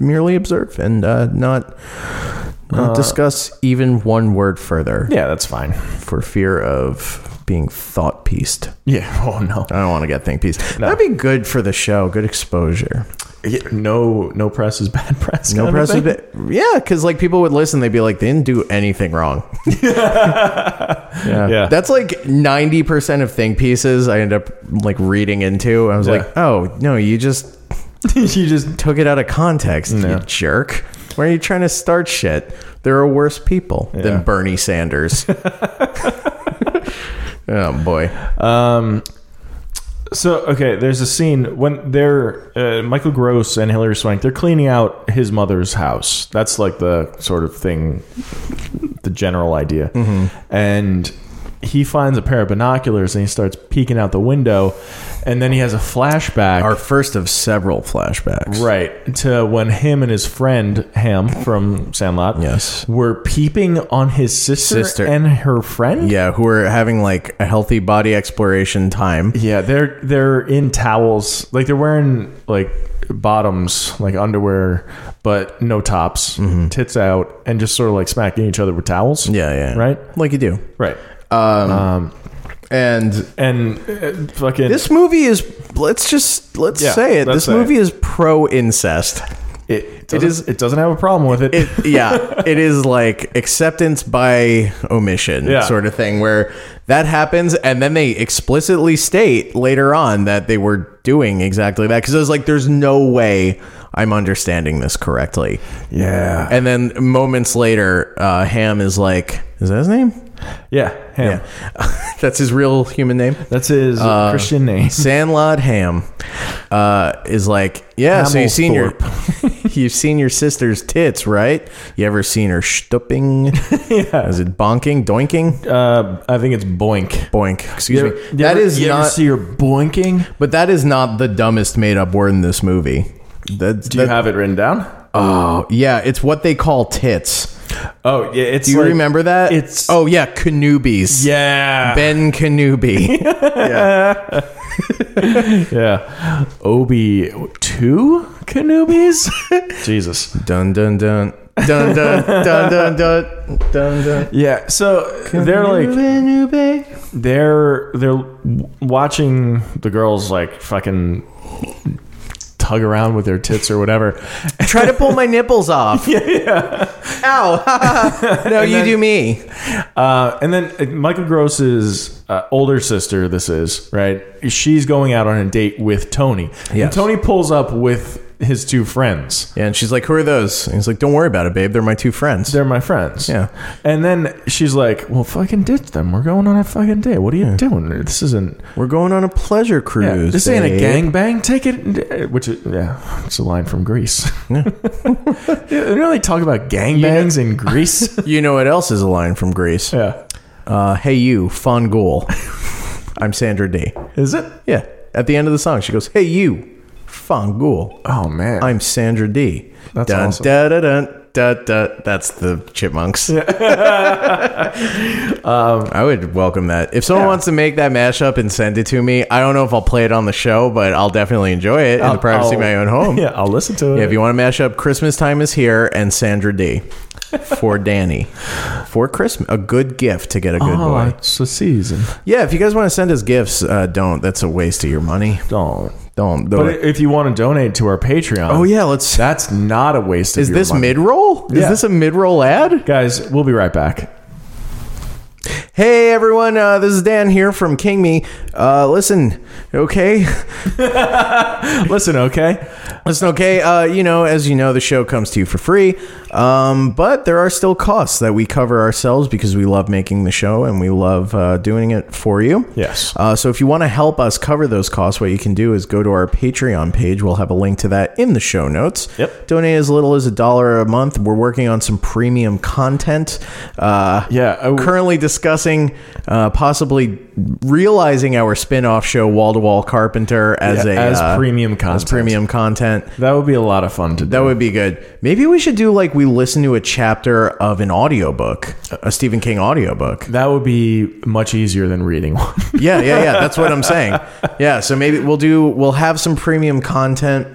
merely observe and uh, not not discuss even one word further Uh. Yeah, that's fine. for fear of being thought pieced. Yeah. Oh no. I don't want to get think pieced. That'd be good for the show. Good exposure. Yeah, no, no press is bad press. No kind of a press thing. is ba- Yeah, because like people would listen, they'd be like, they didn't do anything wrong. yeah. Yeah. that's like ninety percent of thing pieces. I end up like reading into. I was Yeah. like, oh no, you just you just took it out of context, No. you jerk. Why are you trying to start shit? There are worse people Yeah. than Bernie Sanders. oh boy, um. So okay, there's a scene when they're uh, Michael Gross and Hilary Swank. They're cleaning out his mother's house. That's like the sort of thing, the general idea. Mm-hmm. And he finds a pair of binoculars and he starts peeking out the window, and then he has a flashback. our first of several flashbacks. Right. To when him and his friend Ham from Sandlot Yes. were peeping on his sister, Sister. and her friend. Yeah, who are having like a healthy body exploration time. Yeah, they're they're in towels. Like they're wearing like bottoms, like underwear, but no tops, tits out, and just sort of like smacking each other with towels. Mm-hmm. Yeah, yeah. Right? Like you do. Right. And And uh, fucking this movie is let's just let's Yeah, say it. let's This say movie is pro incest. it, it is it doesn't have a problem with it. It, yeah, it is like acceptance by omission Yeah. sort of thing where that happens and then they explicitly state later on that they were doing exactly that cuz I was like there's no way I'm understanding this correctly. yeah. And then moments later uh, Ham is like is that his name? yeah. Ham. That's his real human name. That's his uh, Christian name. Sandlot Ham uh, is like, yeah. So you've seen your you've seen your sister's tits, right? You ever seen her stupping? yeah. Is it bonking, doinking, Uh, I think it's Boink. boink? Excuse You me. ever- you That ever- is you ever not, see her boinking. but that is not the dumbest made up word in this movie. That, Do you have it written down? oh yeah, it's what they call tits. Oh, yeah. It's Do you like- remember that? it's- oh yeah, Canoobies. Yeah. Ben Kenobi. yeah. yeah. Obi two Kenubis. Jesus. Dun dun dun dun dun dun dun dun dun dun. Yeah. So they're like Canoobe. they're they're watching the girls like fucking tug around with their tits or whatever. Try to pull my nipples off. yeah, Ow. no, you do me. Uh, and then uh, Michael Gross's uh, older sister, this is right. She's going out on a date with Tony. And Yes. Tony pulls up with his two friends. Yeah, and she's like, "Who are those?" And he's like, "Don't worry about it, babe. They're my two friends." They're my friends. Yeah. And then she's like, "Well, fucking ditch them. We're going on a fucking date. What are you doing? This isn't. We're going on a pleasure yeah, cruise. this ain't a babe." gangbang. Take it." uh, Which, is, yeah, it's a line from Greece. Yeah, they really talk about gangbangs in Greece. You know what else is a line from Greece? yeah. Uh, hey, you, Fongul. I'm Sandra Day. Is it? Yeah. At the end of the song, she goes, "Hey, you, Fongul. Oh man. I'm Sandra D." That's dun, awesome. Da, da, dun, da, da. That's the Chipmunks. Um, I would welcome that. If someone Yeah. wants to make that mashup and send it to me, I don't know if I'll play it on the show, but I'll definitely enjoy it in the privacy of my own home. Yeah, I'll listen to it. Yeah, if you want to mash up Christmas Time is Here and Sandra D for Danny for Christmas, a good gift to get a good boy. Oh, it's the season. Yeah, if you guys want to send us gifts, uh, don't. That's a waste of your money. Don't. Don't. But if you want to donate to our Patreon, oh, yeah, let's. that's not a waste. Is of your this money. mid roll? Is Yeah. this a mid roll ad? Guys, we'll be right back. Hey everyone, uh, this is Dan here from King Me. Uh, listen, okay, Listen, okay? listen, okay. Uh, you know, as you know, the show comes to you for free, um, but there are still costs that we cover ourselves because we love making the show and we love uh, doing it for you. Yes. Uh, so if you want to help us cover those costs, what you can do is go to our Patreon page. We'll have a link to that in the show notes. Yep. Donate as little as a dollar a month. We're working on some premium content. Uh, Yeah, I w- currently discussing uh, possibly realizing our spin-off show Wall to Wall Carpenter as Yeah, a as uh, premium content. as premium content. That would be a lot of fun to do. That would be good. Maybe we should do like we listen to a chapter of an audiobook, a Stephen King audiobook. That would be much easier than reading one. yeah, yeah, yeah. That's what I'm saying. Yeah, so maybe we'll do we'll have some premium content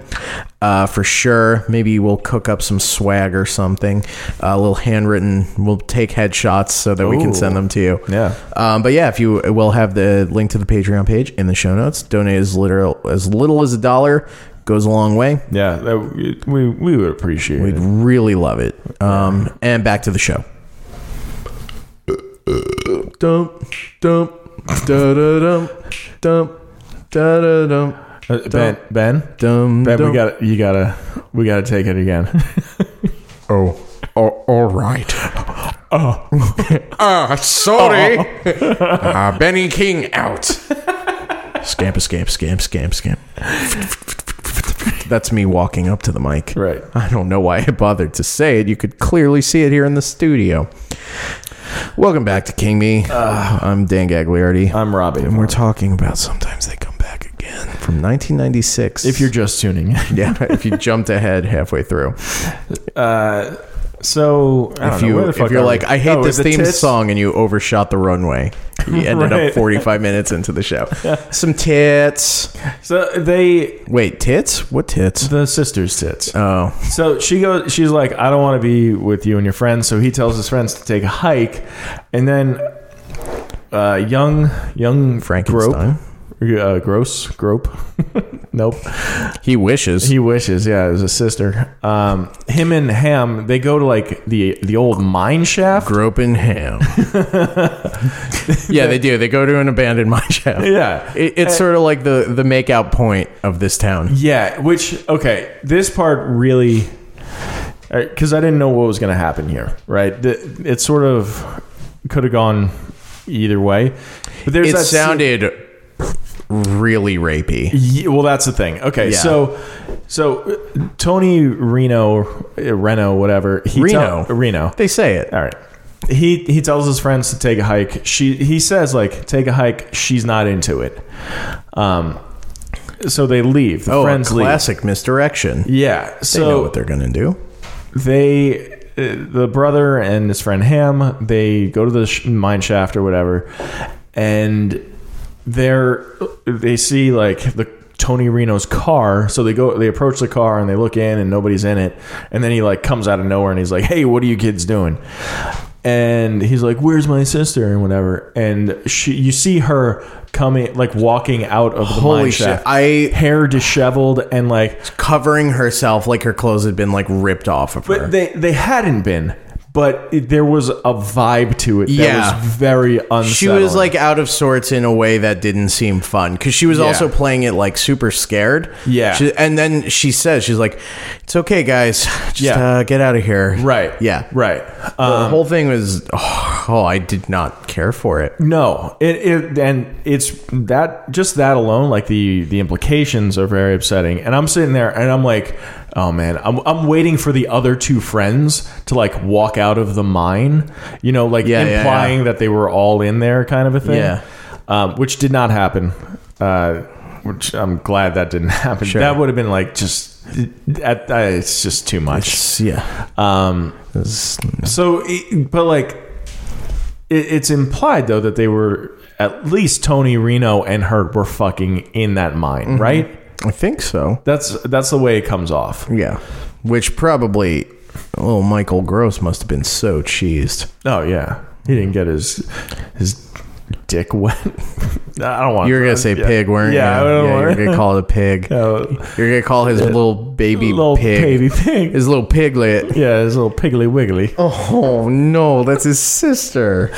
uh, for sure. Maybe we'll cook up some swag or something, a little handwritten. We'll take headshots so that we Ooh. can send them to you. Yeah. Um, but yeah, if you will have the link to the Patreon page in the show notes. Donate as literal as little as a dollar goes a long way. yeah, that, we, we would appreciate We'd it. really love it. Um, and back to the show. Dump, dump, da da dump, dump, da da dump, Uh, ben, Ben, dump. Ben, we got you gotta we gotta take it again. Oh, oh, all right. Oh, uh, sorry. uh, Benny King out. Scamp, scamp, scamp, scamp, scamp. That's me walking up to the mic. Right. I don't know why I bothered to say it. You could clearly see it here in the studio. Welcome back to King Me. Uh. I'm Dan Gagliardi. I'm Robbie. and we're talking about sometimes they come back again from 1996. if you're just tuning, yeah, if you jumped ahead halfway through. uh, so I don't if know, you where the fuck if you're are like we? I hate Oh, this the theme tits? song and you overshot the runway, you ended Right. up 45 minutes into the show. Some tits. So they Wait, tits? What tits? the sisters tits. Oh, So she goes. She's like, I don't want to be with you and your friends. So he tells his friends to take a hike, and then uh, young young Frankenstein. Grope, uh, gross grope. nope. he wishes. He wishes. Yeah, it was a sister. Um, him and Ham. They go to like the the old mine shaft. Groping ham. yeah, they do. They go to an abandoned mine shaft. Yeah. It, it's sort of like the the makeout point of this town. Yeah, which okay, this part really because I didn't know what was going to happen here, right? The- It sort of could have gone either way. But there's It that sounded really rapey. Ye- well, that's the thing. Okay, Yeah. so so uh, Tony Reno, uh, Reno, whatever he Reno. tell- Reno. They say it. All right. He he tells his friends to take a hike. She he says like take a hike. She's not into it. Um, so they leave. The Oh, a friends leave. classic misdirection. Yeah. So They know what they're gonna do. they the brother and his friend Ham, they go to the sh- mine shaft or whatever, and they're they see like the Tony Reno's car. So they go, they approach the car and they look in, and nobody's in it. And then he like comes out of nowhere and he's like, "Hey, what are you kids doing?" And he's like, "Where's my sister?" and whatever. And she, you see her coming, like walking out of the Holy mine shit. shaft. I- hair disheveled and like covering herself like her clothes had been like ripped off of her. But they they hadn't been. But it, there was a vibe to it that Yeah. was very unsettling. she was like out of sorts in a way that didn't seem fun because she was also playing it like super scared. Yeah. She- and then she says, she's like, it's okay, guys. Just Yeah. uh, get out of here. right, Yeah. right. The Um, whole thing was, oh, oh, I did not care for it. no, it, it and it's that just that alone, like the the implications are very upsetting. And I'm sitting there and I'm like, oh man, I'm I'm waiting for the other two friends to like walk out of the mine, you know, like Yeah, yeah, yeah. implying that they were all in there, kind of a thing. Yeah. um, which did not happen. Uh, which I'm glad that didn't happen. That would have been like just that. that- It's just too much. Yeah. Um, It's- so, it- but like, it, it's implied though that they were at least Tony Reno and Hurt were fucking in that mine, Mm-hmm. right? I think so. That's that's the way it comes off. Yeah. Which probably, oh, Michael Gross must have been so cheesed. Oh yeah, he didn't get his his dick wet. I don't want. You were going to say Uh, yeah. pig, weren't Yeah, you? I don't you were want- going to call it a pig. Uh, You're going to call his little baby little pig. baby pig. His little piglet. Yeah, his little piggly wiggly. Oh, no. That's his sister.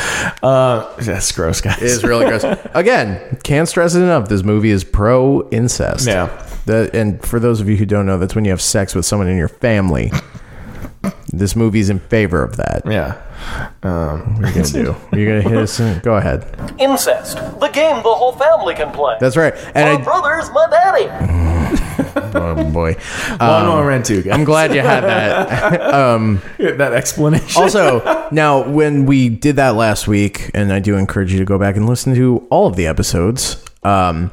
Uh, that's gross, guys. It Oh. is really gross. Again, can't stress it enough. This movie is pro incest. Yeah. That, and for those of you who don't know, that's when you have sex with someone in your family. this movie's in favor of that. yeah. Um, What are you gonna do? You're gonna hit us. soon? Go ahead. Incest, the game the whole family can play. That's right. My Oh, And I, brother's my daddy. oh boy, One Um, more rent too, guys. I'm glad you had that. that explanation. Also, now when we did that last week, and I do encourage you to go back and listen to all of the episodes. Um,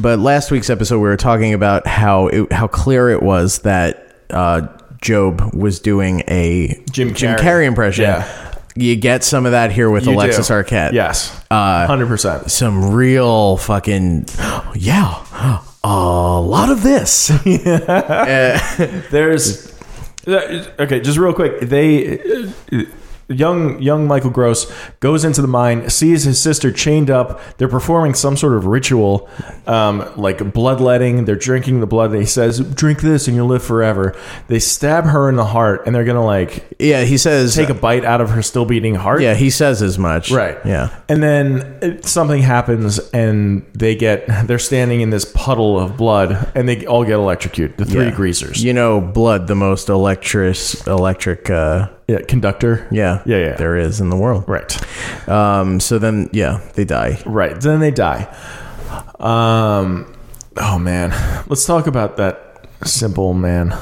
but last week's episode, we were talking about how it, how clear it was that uh, Job was doing a Jim Carrey. impression. Yeah. You get some of that here with You Alexis do. Arquette. Uh, Yes. Hundred percent. Some real fucking yeah. A lot of this. There's uh, okay. Just real quick, they. uh, Young young Michael Gross goes into the mine, sees his sister chained up. They're performing some sort of ritual, um, like bloodletting. They're drinking the blood. He says, "Drink this and you'll live forever." They stab her in the heart, and they're gonna like Yeah, he says. take a bite out of her still beating heart. yeah, he says as much. Right. Yeah. And then it, something happens, and they get they're standing in this puddle of blood, and they all get electrocuted. The three Yeah. greasers. You know, blood, the most electric, electric, uh, Yeah, conductor. yeah, Yeah, yeah. there is in the world. Right. Um, so then, yeah, they die. Right. Then they die. Um. Oh man, let's talk about that simple man,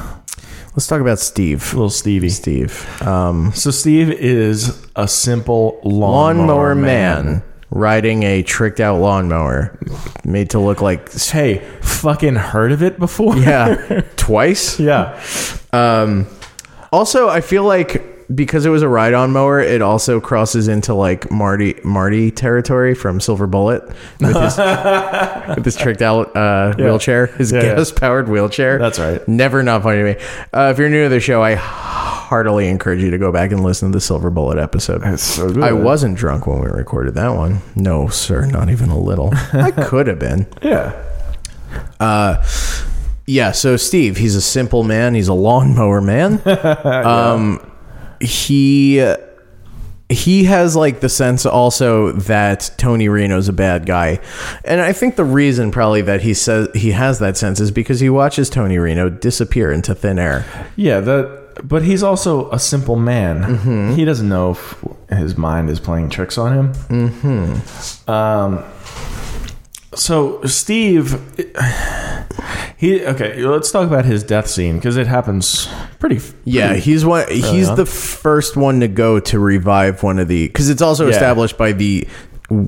Let's talk about Steve. little Stevie. Steve, um, So Steve is a simple lawnmower, lawnmower man. riding a tricked out lawnmower, made to look like Hey, fucking heard of it before? yeah, twice. yeah. Um, Also, I feel like because it was a ride on mower, it also crosses into like Marty Marty territory from Silver Bullet with his, with his tricked out uh, wheelchair, his Yeah, yeah. gas powered wheelchair. That's right. Never not funny to me. Uh, if you're new to the show, I heartily encourage you to go back and listen to the Silver Bullet episode. so good. I wasn't drunk when we recorded that one. No, sir, not even a little. I could have been. Yeah. Uh, Yeah, so Steve, he's a simple man. He's a lawnmower man. um, he he has like the sense also that Tony Reno's a bad guy, and I think the reason probably that he says he has that sense is because he watches Tony Reno disappear into thin air. Yeah, that. But he's also a simple man. Mm-hmm. He doesn't know if his mind is playing tricks on him. Mm-hmm. Um. So Steve, he okay. Let's talk about his death scene because it happens pretty. Yeah, pretty- he's one. He's on. the first one to go to revive one of the because it's also Yeah. established by the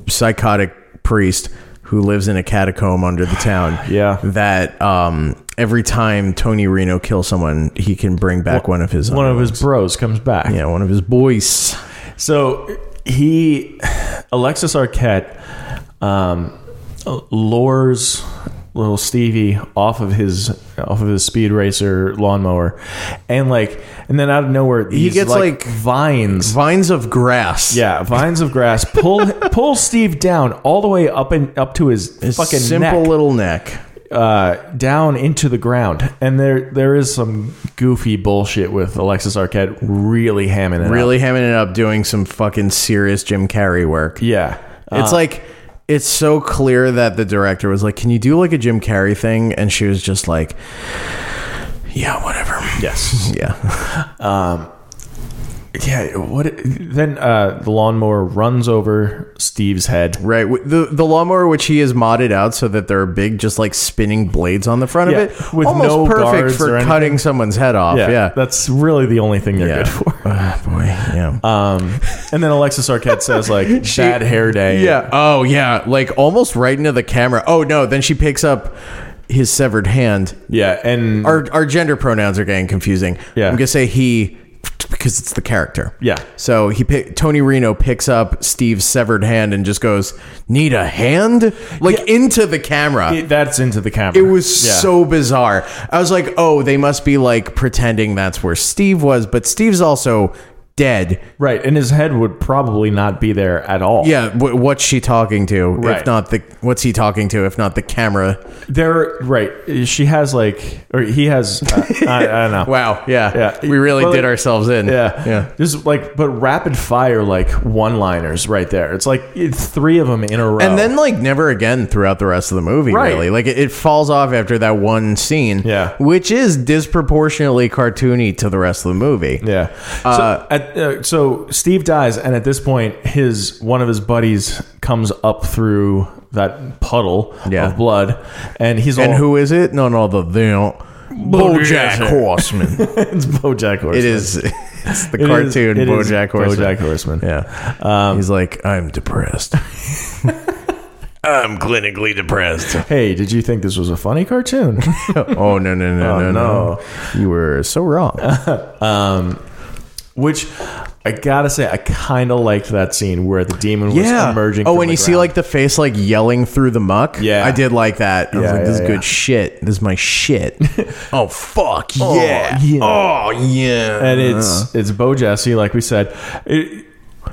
psychotic priest who lives in a catacomb under the town. Yeah. That um, every time Tony Reno kills someone, he can bring back one of his One of own. his bros comes back. yeah, one of his boys. So he, Alexis Arquette, um, lures little Stevie off of his off of his speed racer lawnmower, and like, and then out of nowhere these, gets, like, vines. Vines of grass. Yeah, vines of grass pull pull Steve down all the way up and up to his, His fucking simple neck, little neck. uh, down into the ground. And there there is some goofy bullshit with Alexis Arquette really hamming it. up. Really hamming it up, doing some fucking serious Jim Carrey work. yeah. Uh, It's like it's so clear that the director was like, "Can you do like a Jim Carrey thing?" And she was just like, "Yeah, whatever." yes. Yeah, Yeah, what? Then uh, the lawnmower runs over Steve's head. right. w- The the lawnmower, which he has modded out so that there are big, just like spinning blades on the front Yeah, of it, with almost no perfect guards or for anything. cutting someone's head off. Yeah, that's really the only thing they're Yeah. good for. Ah, boy, yeah. Um, and then Alexis Arquette says like She- "bad hair day." Yeah. Oh, yeah. Like almost right into the camera. Oh no. Then she picks up his severed hand. yeah, and Our our gender pronouns are getting confusing. Yeah. I'm gonna say he because it's the character. Yeah. So he pick, Tony Reno picks up Steve's severed hand and just goes, "Need a hand?" Like into the camera. it- that's into the camera. It was Yeah. so bizarre. I was like, oh, they must be like pretending that's where Steve was, but Steve's also dead. right, and his head would probably not be there at all. Yeah, w- what's she talking to? If Right. not the what's he talking to? If not the camera? there. Right, she has like, or he has. Uh, I, I don't know. Wow. Yeah. Yeah. We really Well, did like- ourselves in. Yeah, Yeah. Just like, but rapid fire like one liners right there. It's like it's three of them in a row, And then like never again throughout the rest of the movie. Right. Really, like it, it falls off after that one scene. Yeah. Which is disproportionately cartoony to the rest of the movie. Yeah. So, at, uh, so Steve dies, and at this point, his one of his buddies comes up through that puddle Yeah. of blood, and he's And all, who is it? None other than Bojack Horseman. Horseman. it's BoJack Horseman. It is. It's the It is- cartoon it is BoJack Horseman. BoJack Horseman. Um, Yeah. He's like, I'm depressed. I'm clinically depressed. Hey, did you think this was a funny cartoon? oh no no no Oh, no no. no! You were so wrong. Which I gotta say, I kind of liked that scene where the demon was emerging. Oh, from and the you see ground. like the face like yelling through the muck. Yeah. I did like that. I was Yeah, like, this yeah, is yeah. good shit. This is my shit. oh fuck Oh, yeah. yeah. Oh yeah. and it's it's Bo Jesse, like we said. It,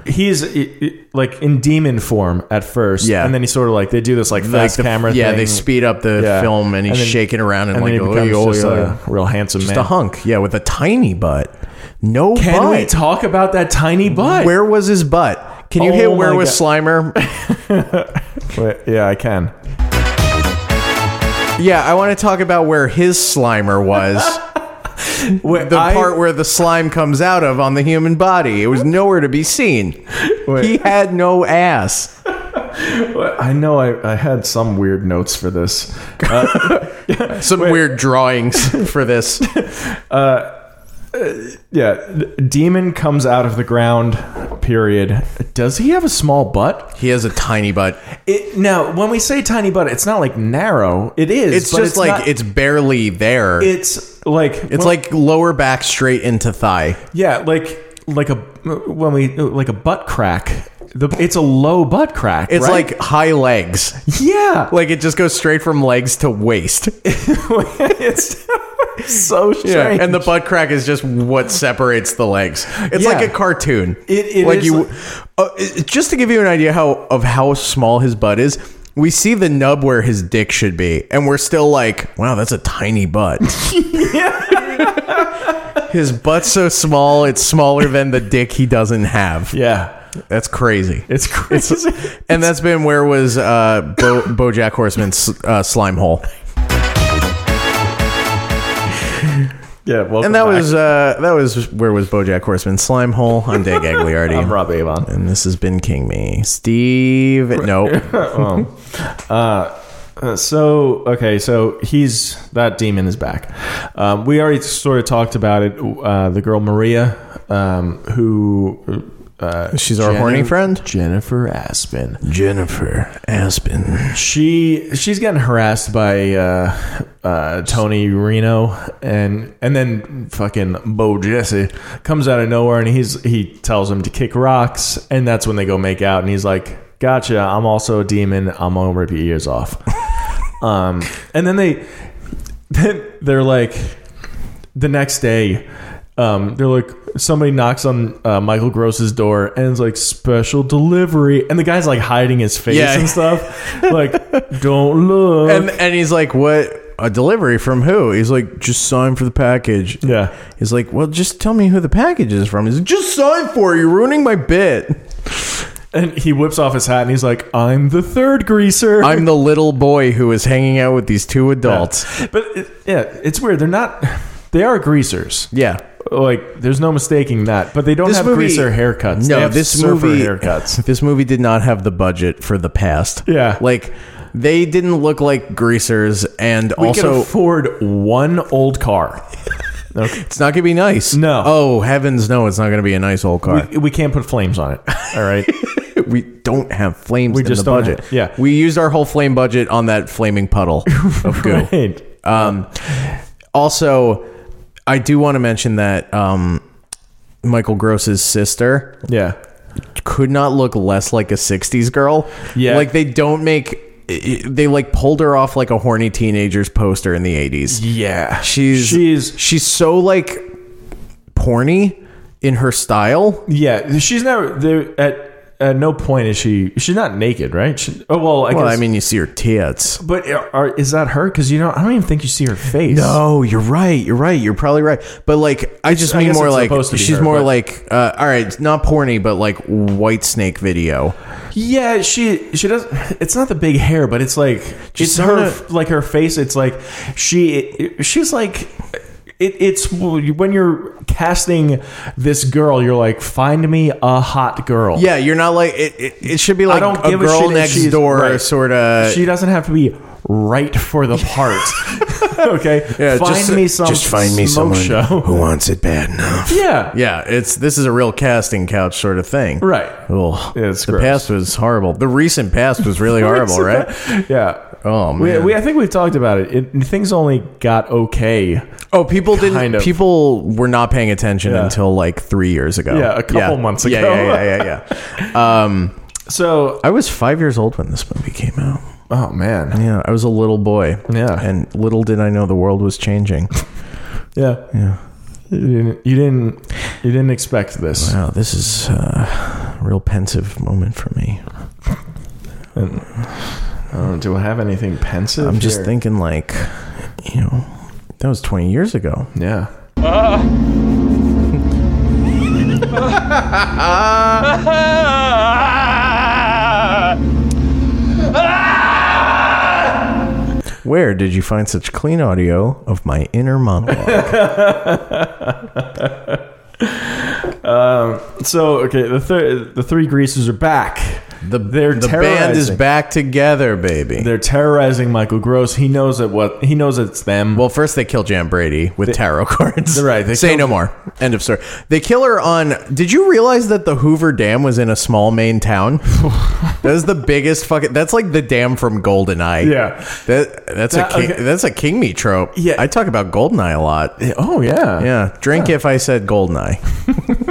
He's it- it- like in demon form at first, Yeah. and then he sort of like they do this like Like fast the- camera. Yeah, thing. they speed up the Yeah. film, and he's then- shaking around and, and like, then he becomes oh, oh, just yeah. a real handsome just man. a hunk. Yeah, with a tiny butt. No Can butt. we talk about that tiny butt? Where was his butt? Can you Oh hit where my was God. Slimer? Wait, yeah, I can. yeah, I want to talk about where his Slimer was. the part where the slime comes out of on the human body. It was nowhere to be seen. Wait. He had no ass. I know I, I had some weird notes for this. Some weird drawings for this. Yeah, d- demon comes out of the ground. Period. Does he have a small butt? He has a tiny butt. It, now, when we say tiny butt, it's not like narrow. It is. It's but just like not- it's barely there. It's like it's like lower back straight into thigh. yeah, like like a when we like a butt crack. The, it's a low butt crack. It's right? like high legs. yeah, Like it just goes straight from legs to waist. it's so strange. Yeah, and the butt crack is just what separates the legs. It's Yeah. like a cartoon. It- it like is you, like- uh, it- just to give you an idea how of how small his butt is. We see the nub where his dick should be, and we're still like, "Wow, that's a tiny butt." his butt's so small; it's smaller than the dick he doesn't have. yeah, That's crazy. it's crazy. and that's been where was uh, Bo- BoJack Horseman's uh, slime hole. yeah, well, And that was uh, that was where was BoJack Horseman's slime hole. I'm Dave Gagliardi. I'm Rob Avon. And this has been King Me. Steve. No. Uh, So okay, so he's that demon is back. Um, we already sort of talked about it. Uh, the girl Maria, um, who uh, She's our horny friend? Jennifer Aspen. Jennifer Aspen. She she's getting harassed by uh, uh, Tony Reno and and then fucking Bo Jesse comes out of nowhere and he's he tells him to kick rocks and that's when they go make out and he's like, "Gotcha, I'm also a demon. I'm gonna rip your ears off." um, and then they then they're like the next day. Um, they're like somebody knocks on uh, Michael Gross's door and it's like special delivery, and the guy's like hiding his face Yeah. and stuff. like, don't look. And and he's like, "What? A delivery from who?" He's like, "Just sign for the package." yeah, He's like, "Well, just tell me who the package is from." He's like, "Just sign for it. You're ruining my bit. and he whips off his hat and he's like, "I'm the third greaser." I'm the little boy who is hanging out with these two adults." but it, yeah, it's weird. They're not. They are greasers. Yeah. Like, there's no mistaking that. But they don't have greaser haircuts. No, they have this surfer movie haircuts. This movie did not have the budget for the past. Yeah. Like they didn't look like greasers and We also can afford one old car. it's not going to be nice. No. Oh, heavens no, it's not going to be a nice old car. We, we can't put flames on it. All right. We, don't have flames we in just the don't budget. have- yeah. We used our whole flame budget on that flaming puddle of goo. Right. Um, also, I do want to mention that um, Michael Gross's sister Yeah. could not look less like a 60s girl. Yeah. Like they don't make they like pulled her off like a horny teenager's poster in the 80s. Yeah. She's She's- she's so like porny in her style. Yeah. She's never there at. At no point is she. She's not naked, right? She, oh well, I Well, guess. I mean, you see her tits. but are, is that her? Because you don't. I don't even think you see her face. No, you're right. You're right. You're probably right. But like, I just I mean guess more it's like supposed to be she's her, more but- like uh, all right, not porny, but like white snake video. Yeah, she she does. It's not the big hair, but it's like it's her wanna- like her face. It's like she she's like. It, it's when you're casting this girl, you're like, find me a hot girl. Yeah, you're not like it. It, it should be like don't a give a girl shit if next she's- door right. sort of. she doesn't have to be right for the part. okay, Yeah, find just, me some. smoke show. wants it bad enough. yeah, Yeah, it's this is a real casting couch sort of thing, Right. Ugh. Yeah, it's the gross. past was horrible. The recent past was really horrible, right? Yeah. Oh We, man. we, I think we've talked about it. it. Things only got okay oh, people didn't. Kind of. People were not paying attention Yeah. until like three years ago. Yeah, a couple months Yeah, ago. Yeah, yeah, yeah, yeah. um, So, I was five years old when this movie came out. oh man, Yeah, I was a little boy. Yeah. and little did I know the world was changing. yeah, Yeah. you didn't, you didn't, you didn't expect this. Wow, Oh, this is uh, a real pensive moment for me. Uh, do I have anything pensive? I'm just here? thinking, like, you know, that was 20 years ago. Yeah. Where did you find such clean audio of my inner monologue? So okay, the thir- the three greasers are back. The, They're the band is terrorizing. back together, baby. They're terrorizing Michael Gross. He knows that what he knows it's them. well, first they kill Jan Brady with tarot cards. They're right, they Say kill- no more. End of story. They kill her on. Did you realize that the Hoover Dam was in a small Maine town? that is the biggest fucking. That's like the dam from Goldeneye. yeah. That that's That- a king, okay. that's a king me trope. Yeah. I talk about Goldeneye a lot. Oh yeah. Yeah, drink if I said Goldeneye.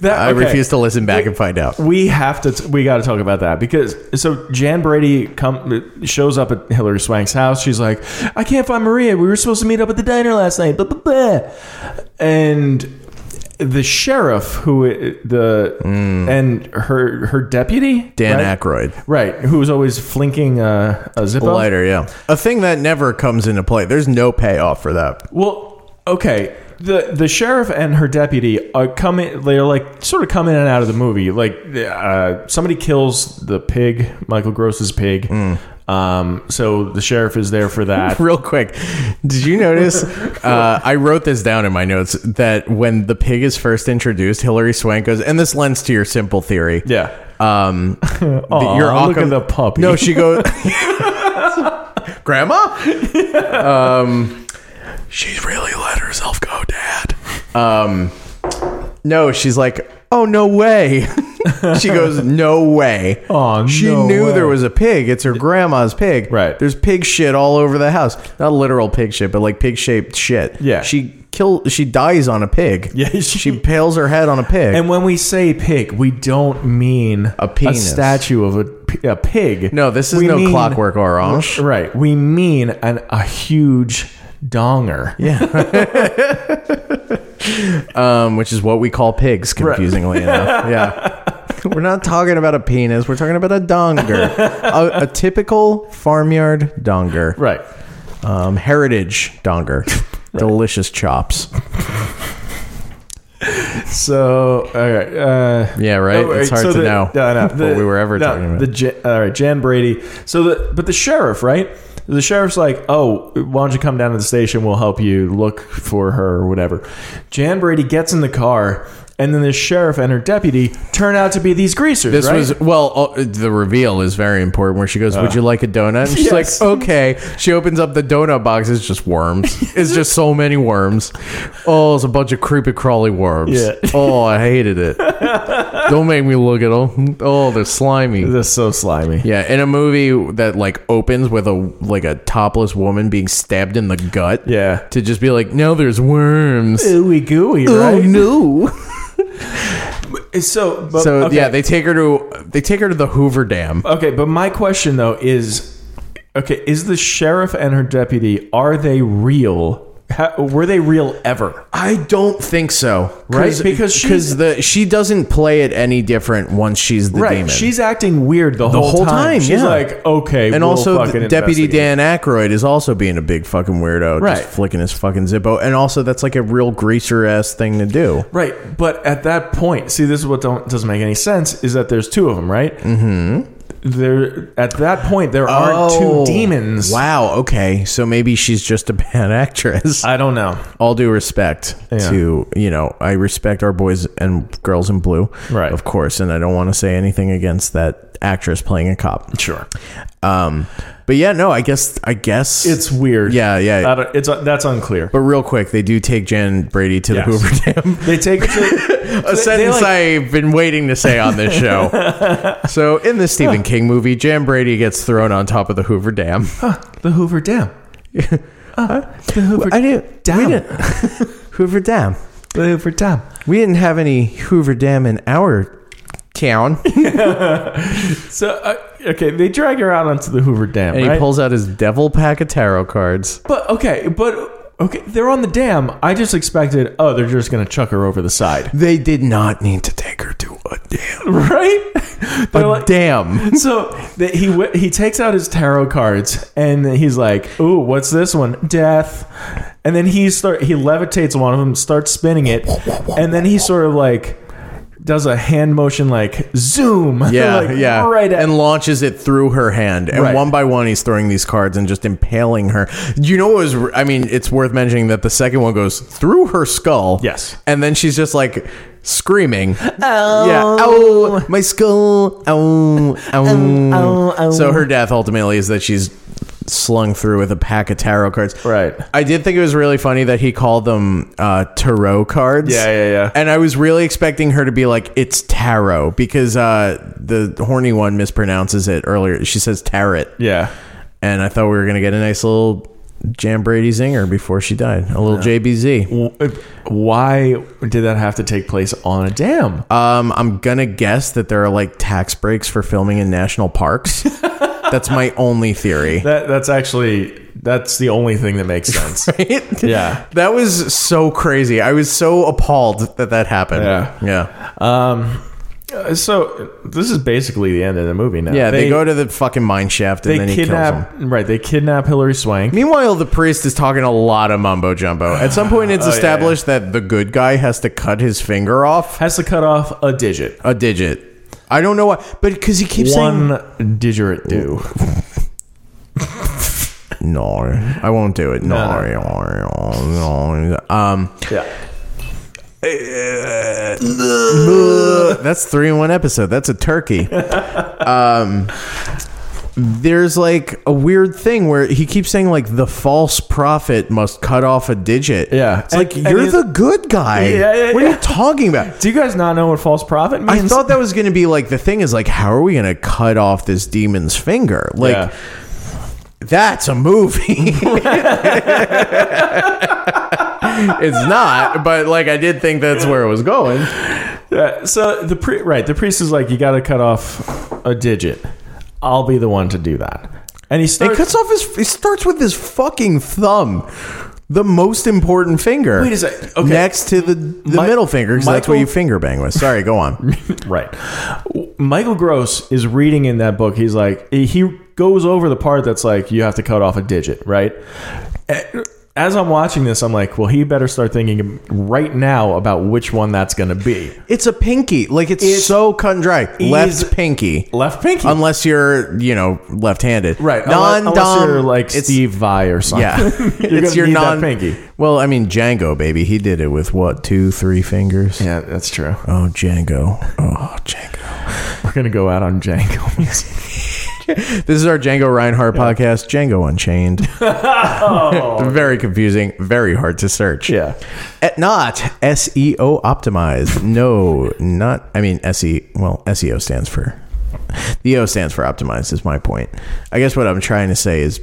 That, I okay. refuse to listen back and find out. We have to. T- we got to talk about that because so Jan Brady come shows up at Hillary Swank's house. She's like, "I can't find Maria. We were supposed to meet up at the diner last night." Blah, blah, blah. And the sheriff, who i- the and her her deputy Mm. Dan right? Aykroyd, right, who was always flinking uh, a zip lighter, yeah, a thing that never comes into play. There's no payoff for that. Well, okay. The the sheriff and her deputy are coming. They're like sort of come in and out of the movie. Like uh, somebody kills the pig, Michael Gross's pig. Mm. Um, so the sheriff is there for that. Real quick, did you notice? Uh, I wrote this down in my notes that when the pig is first introduced, Hillary Swank goes, and this lends to your simple theory. yeah. Um, that Aw, your look Occam- at the puppy. No, she goes, Grandma? um, she's really let herself go, Dad. Um, No, she's like, oh, no way. she goes, no way. Aw, she no knew way. there was a pig. It's her grandma's pig. Right. There's pig shit all over the house. Not literal pig shit, but like pig shaped shit. Yeah. She kill. She dies on a pig. Yeah, she- She, pales her head on a pig. And when we say pig, we don't mean A penis. statue of a, p- a pig. no, this is We no mean- Clockwork Orange. Right. We mean an, a huge donger. um, which is what we call pigs, confusingly enough. Yeah. We're not talking about a penis. We're talking about a donger, a, a typical farmyard donger, Right. um, heritage donger, delicious chops. So, all right. Uh, Yeah, right. oh, it's wait, hard so to the- know No, no, the- what we were ever no, talking about. The, Ja- all right, Jan Brady. So, the, but the sheriff, right? The sheriff's like, oh, why don't you come down to the station? We'll help you look for her or whatever. Jan Brady gets in the car, and then the sheriff and her deputy turn out to be these greasers. this right? Uh. was well. Uh, the reveal is very important. Where she goes, "Would you like a donut?" And she's Yes. like, "Okay." She opens up the donut box. It's just worms. it's just so many worms. Oh, it's a bunch of creepy crawly worms. Yeah. Oh, I hated it. Don't make me look at them. Oh, they're slimy. This is so slimy. Yeah, in a movie that like opens with a like a topless woman being stabbed in the gut. Yeah. To just be like, no, there's worms. Oh, Ooey gooey, right? no. So, but, So okay. yeah, they take her to they take her to the Hoover Dam. Okay, but my question though is, okay, is the sheriff and her deputy are they real? Ha were they real ever? I don't think so, right? Because Because she's- because the she doesn't play it any different once she's the right, demon. she's acting weird the, the whole time. She's yeah. like, okay, and we'll also fucking the Deputy investigate. Dan Aykroyd is also being a big fucking weirdo, Right. just flicking his fucking Zippo. And also, that's like a real greaser ass thing to do. Right, but at that point, see, this is what don't, doesn't make any sense is that there's two of them, right? Mm-hmm. There, at that point, there Oh. aren't two demons. Wow. Okay. So maybe she's just a bad actress. I don't know. All due respect to you know, I respect our boys and girls in blue, Right. Of course, and I don't want to say anything against that actress playing a cop. Sure, Um, but yeah, no, I guess I guess it's weird. Uh, yeah, I yeah. don't, it's that's unclear. But real quick, they do take Jan Brady to Yes. the Hoover Dam. they take it to, A sentence I've been waiting to say on this show. so in the Stephen King movie, Jan Brady gets thrown on top of the Hoover Dam. the Hoover Dam. Uh, I didn't. Dam. We didn't Hoover Dam. The Hoover Dam. We didn't have any Hoover Dam in our town. So uh, okay, they drag her out onto the Hoover Dam, And right? he pulls out his devil pack of tarot cards. but okay, but okay, they're on the dam. I just expected, oh, they're just gonna chuck her over the side, They did not need to take her to a dam. right? They're A like- dam. So that he w- he takes out his tarot cards and he's like, "Ooh, what's this one? Death." And then he start he levitates one of them, starts spinning it, and then he sort of like does a hand motion like zoom, Yeah, like, yeah. right at and launches it through her hand. And Right. one by one, he's throwing these cards and just impaling her. You know what was, I mean, it's worth mentioning that the second one goes through her skull. Yes. And then she's just like screaming. Oh. Yeah. Ow, my skull. Ow, ow. Um, ow, ow. So her death ultimately is that she's slung through with a pack of tarot cards. Right. I did think it was really funny that he called them uh, tarot cards. Yeah, yeah, yeah. And I was really expecting her to be like, it's tarot because uh, the horny one mispronounces it earlier. She says tarot. yeah. And I thought we were going to get a nice little Jam Brady zinger before she died, a little JBZ. uh, why did that have to take place on a dam? Um, I'm gonna guess that there are like tax breaks for filming in national parks. That's my only theory. That that's actually that's the only thing that makes sense. Yeah. that was so crazy. I was so appalled that that happened. Yeah. yeah, Um, uh, so this is basically the end of the movie now. yeah. They, go to the fucking mine shaft and they then he kills kidnap them. right. They kidnap Hillary Swank. Meanwhile, the priest is talking a lot of mumbo jumbo. At some point, it's Oh, yeah, yeah. established that the good guy has to cut his finger off Has to cut off a digit. a digit. I don't know why, but because he keeps saying One digit do. no, I won't do it. No, No, no, no. Um, Yeah. that's three in one episode. That's a turkey. Um, there's like a weird thing where he keeps saying like the false prophet must cut off a digit. Yeah. it's like And- and you're he's- the good guy. Yeah, yeah, what are yeah. you talking about? Do you guys not know what false prophet I means? thought that was going to be like the thing is like how are we going to cut off this demon's finger? Like Yeah. that's a movie. it's not, but like I did think that's where it was going. Yeah, so the pri- right, the priest is like, you got to cut off a digit. I'll be the one to do that. And he It starts. cuts off his. It starts with his fucking thumb, the most important finger. Wait a sec, okay. Next to the, the Mi- middle finger, because that's what Michael- you finger bang with. Sorry, go on. Right. Michael Gross is reading in that book. He's like, he goes over the part that's like, you have to cut off a digit, right? As I'm watching this, I'm like, well, he better start thinking right now about which one that's going to be. it's a pinky. Like it's, so cut and dry. Left pinky. Left pinky. Unless you're, you know, left-handed, right. Non unless dom. you're like Steve Vai or something. Yeah, You're gonna need that pinky. Well, I mean Django, baby. He did it with what two, three fingers. Yeah, that's true. Oh, Django. Oh, Django. We're going to go out on Django music. This is our Django Reinhardt podcast, Django Unchained. very confusing, very hard to search. Yeah. Eh, not SEO optimized. No, not. I mean, SE. Well, SEO stands for. The E O stands for optimized. Is my point. I guess what I'm trying to say is.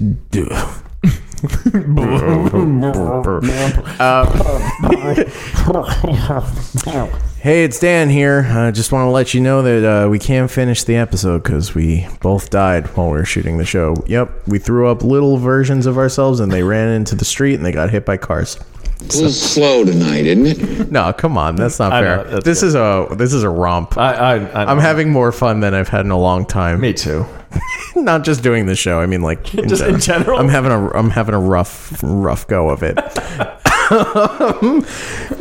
Um, hey, it's Dan here. I just want to let you know that uh, we can't finish the episode because we both died while we were shooting the show. Yep, we threw up little versions of ourselves and they ran into the street and they got hit by cars. It's a little slow tonight, isn't it? No, come on, that's not I fair. know, that's this is a this is a romp. I, I, I I'm having more fun than I've had in a long time. Me too. Not just doing the show. I mean, like in Just in general? I'm having a I'm having a rough rough go of it.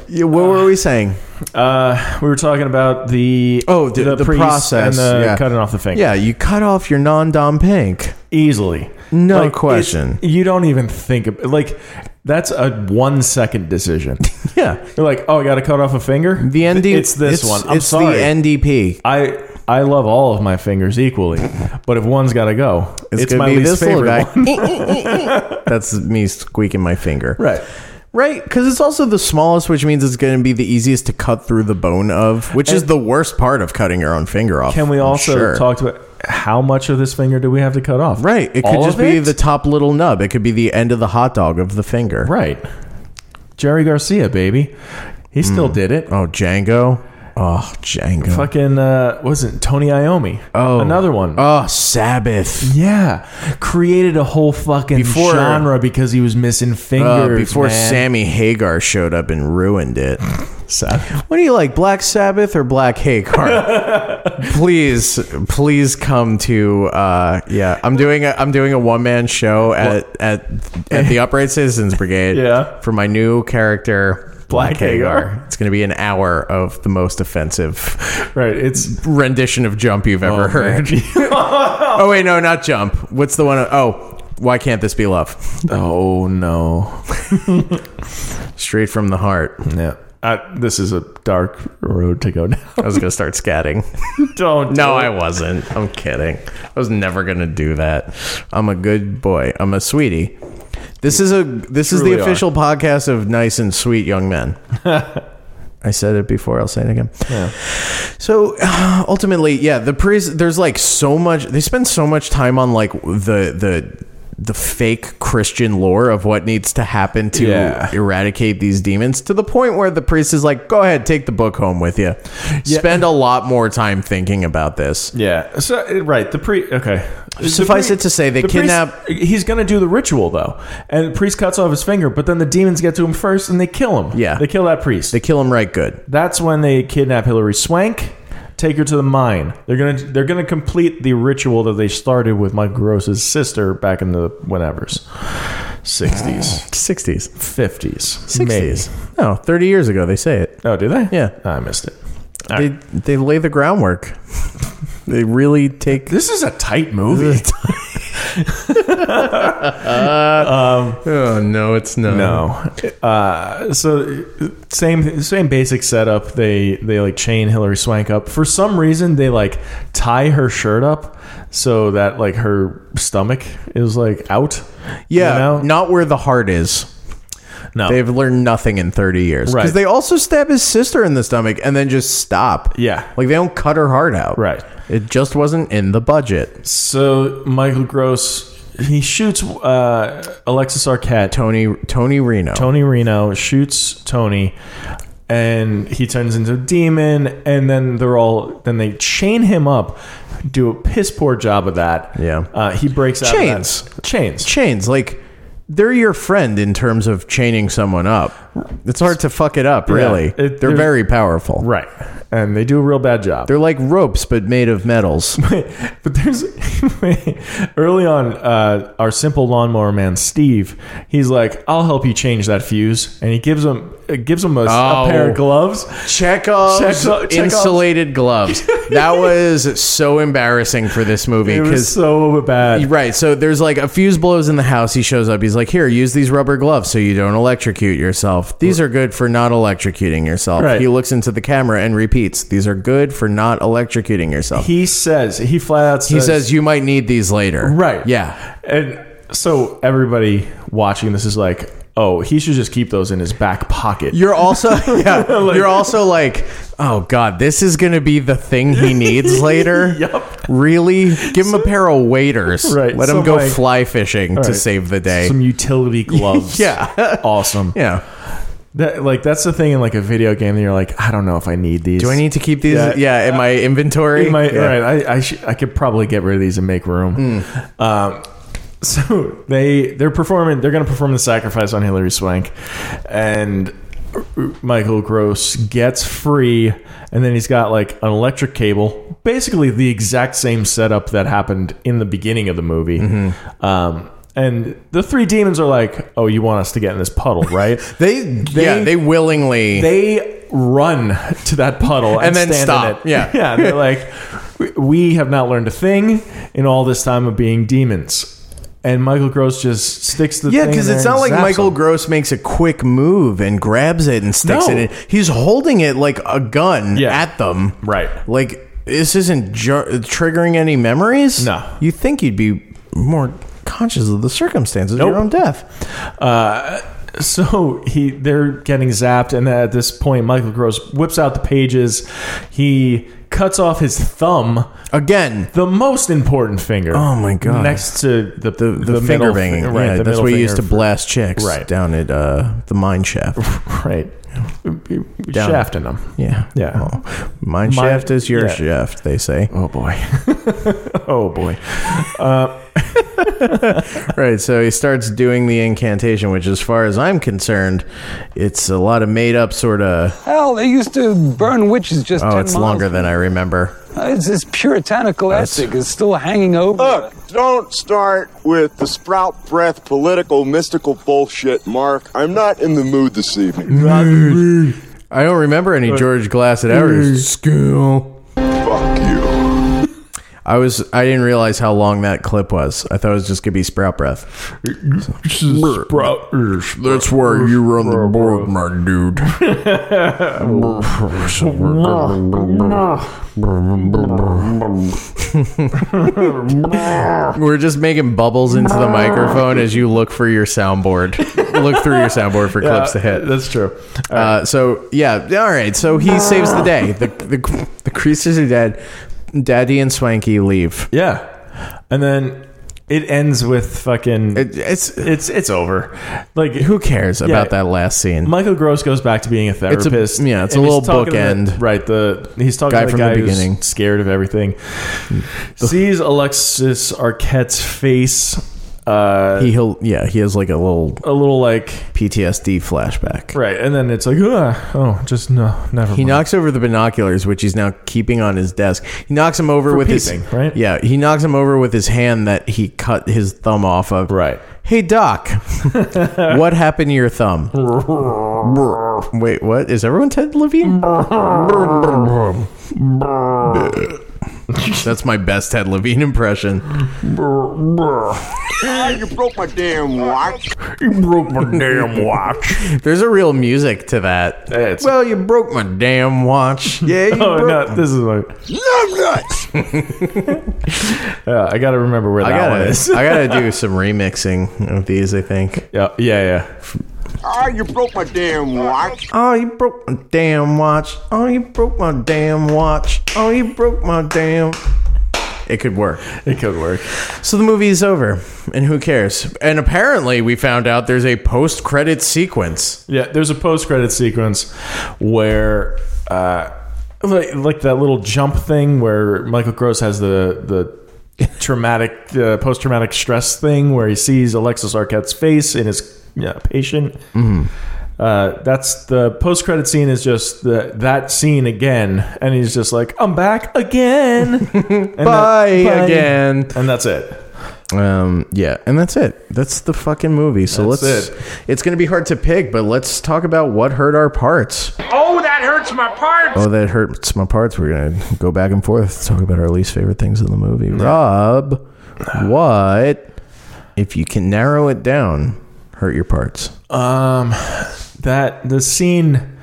yeah, what were we saying? Uh, we were talking about the Oh, the- the priest process, and the yeah. cutting off the finger. Yeah, you cut off your non-dom pink. easily. No Like, question. it- you don't even think of like that's a one second decision. Yeah, You're like, oh, I got to cut off a finger. the ND. It's this one. I'm it's sorry. the NDP. I I love all of my fingers equally, but if one's got to go, it's, It's, gonna my be this least favorite little guy. one. That's me squeaking my finger. right. Right, because it's also the smallest, which means it's going to be the easiest to cut through the bone of, which is the worst part of cutting your own finger off. Can we I'm also sure. talk about how much of this finger do we have to cut off? Right, it could All just of be it? the top little nub. It could be the end of the hot dog of the finger. right. Jerry Garcia, baby, he still did it. Oh, Django. Oh, Django. Fucking uh, wasn't Tony Iommi? Oh. another one. Oh, Sabbath. Yeah, created a whole fucking Before- genre because he was missing Uh, fingers. before man. Sammy Hagar showed up and ruined it. Sa- What do you like, Black Sabbath or Black Hagar? please, please come to. Uh, yeah, I'm doing a I'm doing a one man show at at at the Upright Citizens Brigade. Yeah. for my new character. Black Hagar. It's going to be an hour of the most offensive right, it's rendition of Jump you've ever heard. oh wait, no, not Jump. What's the one? Oh, why can't this be love? oh no, Straight from the heart. yeah. I, this is a dark road to go down. I was going to start scatting. Don't No, I wasn't. I'm kidding. I was never gonna do that. I'm a good boy. I'm a sweetie. This is a this is the Truly are. official podcast of nice and sweet young men. I said it before. I'll say it again. So ultimately, yeah, the priest. There's like so much. They spend so much time on like the the the fake Christian lore of what needs to happen to Yeah. eradicate these demons to the point where the priest is like, "Go ahead, take the book home with you. Spend a lot more time thinking about this." Yeah, so eh, right, the pre. Okay, The Suffice it to say, they the priest- kidnap- he's gonna do the ritual though, and the priest cuts off his finger, but then the demons get to him first, and they kill him. Yeah. they kill that priest. They kill him right good. That's when they kidnap Hillary Swank, take her to the mine. They're gonna they're gonna complete the ritual that they started with Mike Gross's sister back in the whenevers, sixties, Sixties, fifties, sixties. No, thirty years ago they say it. Oh, do they? Yeah. I missed it. They they lay the groundwork. they really take This is a tight movie. Oh no, it's not. No. Uh, so same same basic setup. They they like chain Hillary Swank up. For some reason they like tie her shirt up so that like her stomach is like out. Yeah, You know? not where the heart is. No. They've learned nothing in 30 years. Because Oh. Right. they also stab his sister in the stomach and then just stop. Yeah. Like they don't cut her heart out. Right. It just wasn't in the budget. so Michael Gross he shoots uh, Alexis Arquette. Tony Tony Reno. Tony Reno shoots Tony and he turns into a demon and then they're all then they chain him up do a piss poor job of that Yeah. uh, he breaks out Chains. of that. chains Chains, like they're your friend in terms of chaining someone up. It's hard to fuck it up, really. It- they're, they're- very powerful. right and they do a real bad job They're like ropes but made of metals. but there's early on uh, our simple lawnmower man Steve. He's like, "I'll help you change that fuse," and he gives him uh, gives him a, a Oh. pair of gloves. Chekhov's Chekhov- Chekhov's- insulated gloves. That was so embarrassing for this movie It was because so bad. Right. So there's like a fuse blows in the house. He shows up. He's like, "Here, use these rubber gloves so you don't electrocute yourself. These are good for not electrocuting yourself." Right. He looks into the camera and repeats, "These are good for not electrocuting yourself." He, He says he flat out says says, "You might need these later." Right. Yeah. And so everybody watching this is like, oh, he should just keep those in his back pocket. You're also yeah. you're also like, "Oh God, this is gonna be the thing he needs later." Yup. Really? Give him a pair of waders. Right. Let So, him go like- fly fishing to Right. save the day. Some utility gloves. Yeah. awesome. yeah. That, like that's the thing in like a video game that you're like, I don't know if I need these. Do I need to keep these? Yeah. Yeah. in my inventory. In my, Yeah. Right. I I, sh- I could probably get rid of these and make room. Um, so they they're performing. They're going to perform the sacrifice on Hillary Swank, and Michael Gross gets free, and then he's got like an electric cable. Basically, the exact same setup that happened in the beginning of the movie. Um, and the three demons are like, "Oh, you want us to get in this puddle, right?" They, yeah, they willingly. they run to that puddle and, And then stand stop. In it. Yeah. yeah. They're like, "We- we have not learned a thing in all this time of being demons. And Michael Gross just sticks the yeah, thing in because there it's and not like zaps Michael them. Gross makes a quick move and grabs it and sticks No. it in. He's holding it like a gun Yeah. at them. Right. Like, this isn't ju- triggering any memories? No. You think you'd be more conscious of the circumstances of your Nope. own death. Uh, so he they're getting zapped, and at this point, Michael Gross whips out the pages. He cuts off his thumb, Again. the most important finger. Oh my God. Next to the The, the, finger middle banging, finger, right? the that's middle what you used to finger. blast chicks Right. down at uh, the mine shaft. Right, shafting them. Yeah, Yeah. Well, mine Mine- shaft is your yeah. shaft, they say. Oh boy. oh boy. Right, so he starts doing the incantation, which, as far as I'm concerned, it's a lot of made up sort of. Hell, they used to burn witches just Oh, 10 it's miles longer from- than I remember. It's this puritanical ethic is still hanging over. Look, don't start with the sprout breath political mystical bullshit, Mark. I'm not in the mood this evening. I don't remember any George Glass at our school. Fuck you. I was I didn't realize how long that clip was. I thought it was just gonna be sprout breath. That's where you run the board, my dude. We're just making bubbles into the microphone as you look for your soundboard. look through your soundboard for clips to hit. That's true. Uh, so yeah, all right. So he saves the day. The the the creases are dead. Daddy and Swanky leave. Yeah. And then it ends with fucking It, it's it's it's over. Like who cares about Yeah. that last scene? Michael Gross goes back to being a a- therapist. yeah, it's a and he's little talking to the- bookend. right, the he's talking Guy to the from the guy who's beginning. scared of everything. Sees Alexis Arquette's face uh he he'll yeah he has like a little a little like PTSD flashback. right, and then it's like, ah, oh, just no, never He mind. knocks over the binoculars, which he's now keeping on his desk. He knocks him over with his peeping, right? Yeah, he knocks him over with his hand that he cut his thumb off of. Right. Hey Doc, what happened to your thumb? Wait, what is everyone Ted Levine? That's my best Ted Levine impression. Ah, you broke my damn watch. You broke my damn watch. There's a real music to that. It's- well, you broke my damn watch. Yeah, you Oh broke. no! This is like Numb nuts. yeah. I gotta remember where I that one is. gotta, I gotta do some remixing of these. I think. yeah, yeah, yeah. Ah, you broke my damn watch. Oh, you broke my damn watch. Oh, you broke my damn watch. Oh, you broke my damn. It could work. It could work. So the movie is over, and who cares? And apparently, we found out there's a post-credit sequence. Yeah, there's a post-credit sequence where, uh, like, like that little jump thing where Michael Gross has the the traumatic uh, post-traumatic stress thing where he sees Alexis Arquette's face in his yeah, patient. Mm-hmm. Uh, that's the post-credit scene is just the, that scene again, and he's just like, "I'm back again." And that- Bye, again. and that's it. Um, yeah, and that's it. That's the fucking movie. So That's let's. it. It's gonna be hard to pick, but let's talk about what hurt our parts. Oh, that hurts my parts. Oh, that hurts my parts. We're gonna go back and forth talk about our least favorite things in the movie. Rob, what if you can narrow it down? Hurt your parts. Um, that the scene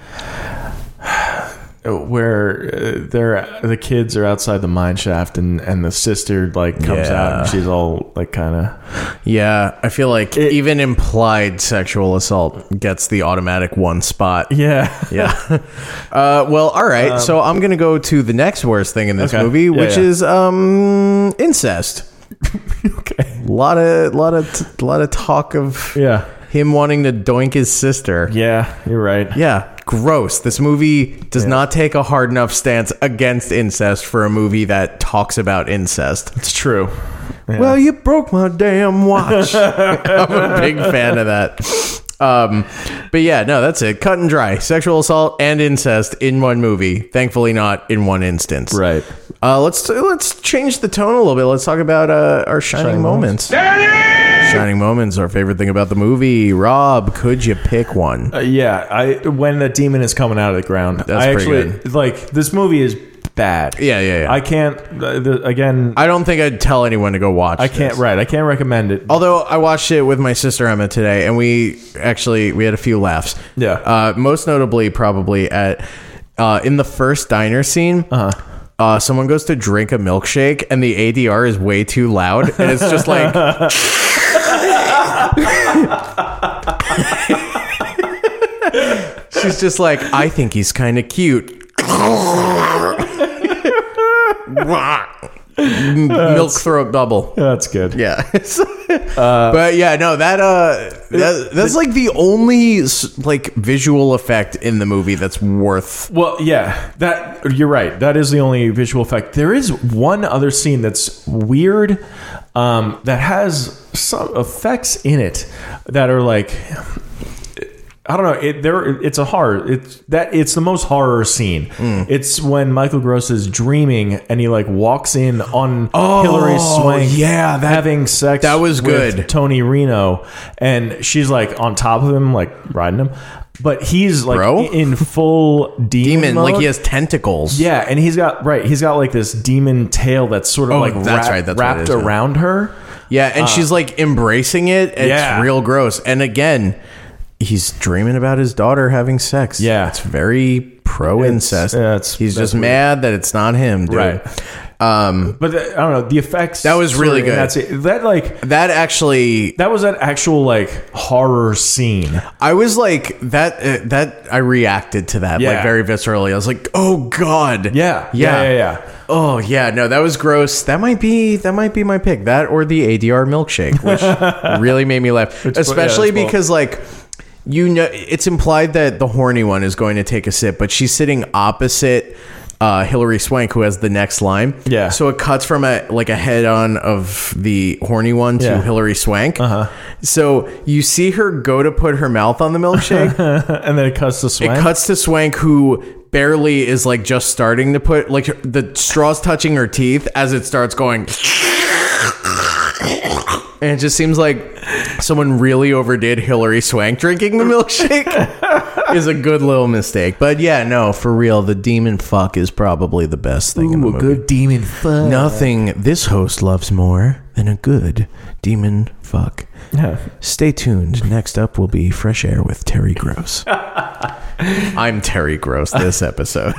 where uh, they're the kids are outside the mine shaft and and the sister like comes Yeah. out and she's all like kind of Yeah, I feel like even implied sexual assault gets the automatic one spot. yeah Um, Yeah. uh, well, all right. so I'm going to go to the next worst thing in this Okay. movie, Yeah, which yeah. is um, incest. okay A lot of lot of lot of talk of yeah him wanting to doink his sister. yeah you're right Yeah, gross. This movie does not take a hard enough stance against incest for a movie that talks about incest. it's true Well, you broke my damn watch. I'm a big fan of that. Um, but yeah, no, that's it. Cut and dry. Sexual assault and incest in one movie. Thankfully, not in one instance. right Uh, let's let's change the tone a little bit. Let's talk about uh, our shining, Shining moments. moments. Shining moments. Our favorite thing about the movie. Rob, could you pick one? Uh, yeah I when the demon is coming out of the ground I pretty actually like this movie is bad yeah, yeah, yeah. I can't uh, the, again I, I don't think I'd tell anyone to go watch. I can't right I can't recommend it Although I watched it with my sister Emma today, and we actually we had a few laughs. Yeah. Uh, most notably, probably at uh, in the first diner scene. Uh-huh. someone goes to drink a milkshake, and the ADR is way too loud, and it's just like. She's just like, I think he's kind of cute. Milk throat double. that's good Yeah. but yeah, no, that uh that, that's like the only s- like visual effect in the movie that's worth Well, yeah, that you're right. That is the only visual effect. There is one other scene that's weird um, that has some effects in it that are like I don't know. It there. It's a horror. It's that. It's the most horror scene. Hmm. It's when Michael Gross is dreaming and he like walks in on Hillary Swank. Oh, yeah, that- having sex. that was with good. Tony Reno, and she's like on top of him, like riding him. But he's like Bro? in full demon, demon like mode. he has tentacles. Yeah, and he's got right. He's got like this demon tail that's sort of Oh, like that's wrap- right, that's what it wrapped is, yeah. around her. Yeah, and she's like embracing it. And Uh. yeah. It's real gross. And again, he's dreaming about his daughter having sex. Yeah. It's very pro incest. yeah, it's- he's that's just mad that it's not him, dude. Um But the, I don't know the effects. That was sort really of- and good. That's it. That like that actually that was an actual like horror scene. I was like that. Uh, that I reacted to that like Yeah. very viscerally. I was like, "Oh God, Yeah, yeah, yeah, yeah. yeah. Oh yeah, no, that was gross. That might be that might be my pick. That or the ADR milkshake, which really made me laugh, yeah, especially that's cool. because like you know, it's implied that the horny one is going to take a sip, but she's sitting opposite. Uh, Hillary Swank, who has the next line, Yeah. So it cuts from a like a head on of the horny one to Yeah. Hillary Swank. Uh-huh. So you see her go to put her mouth on the milkshake, And then it cuts the swank. it cuts to Swank, who barely is like just starting to put like the straws touching her teeth as it starts going. And it just seems like someone really overdid Hillary Swank drinking the milkshake. is a good little mistake. But yeah, no, for real, the demon fuck is probably the best thing in the movie. demon fuck. Nothing this host loves more than a good demon fuck. Yeah. Stay tuned. Next up will be Fresh Air with Terry Gross. I'm Terry Gross this episode.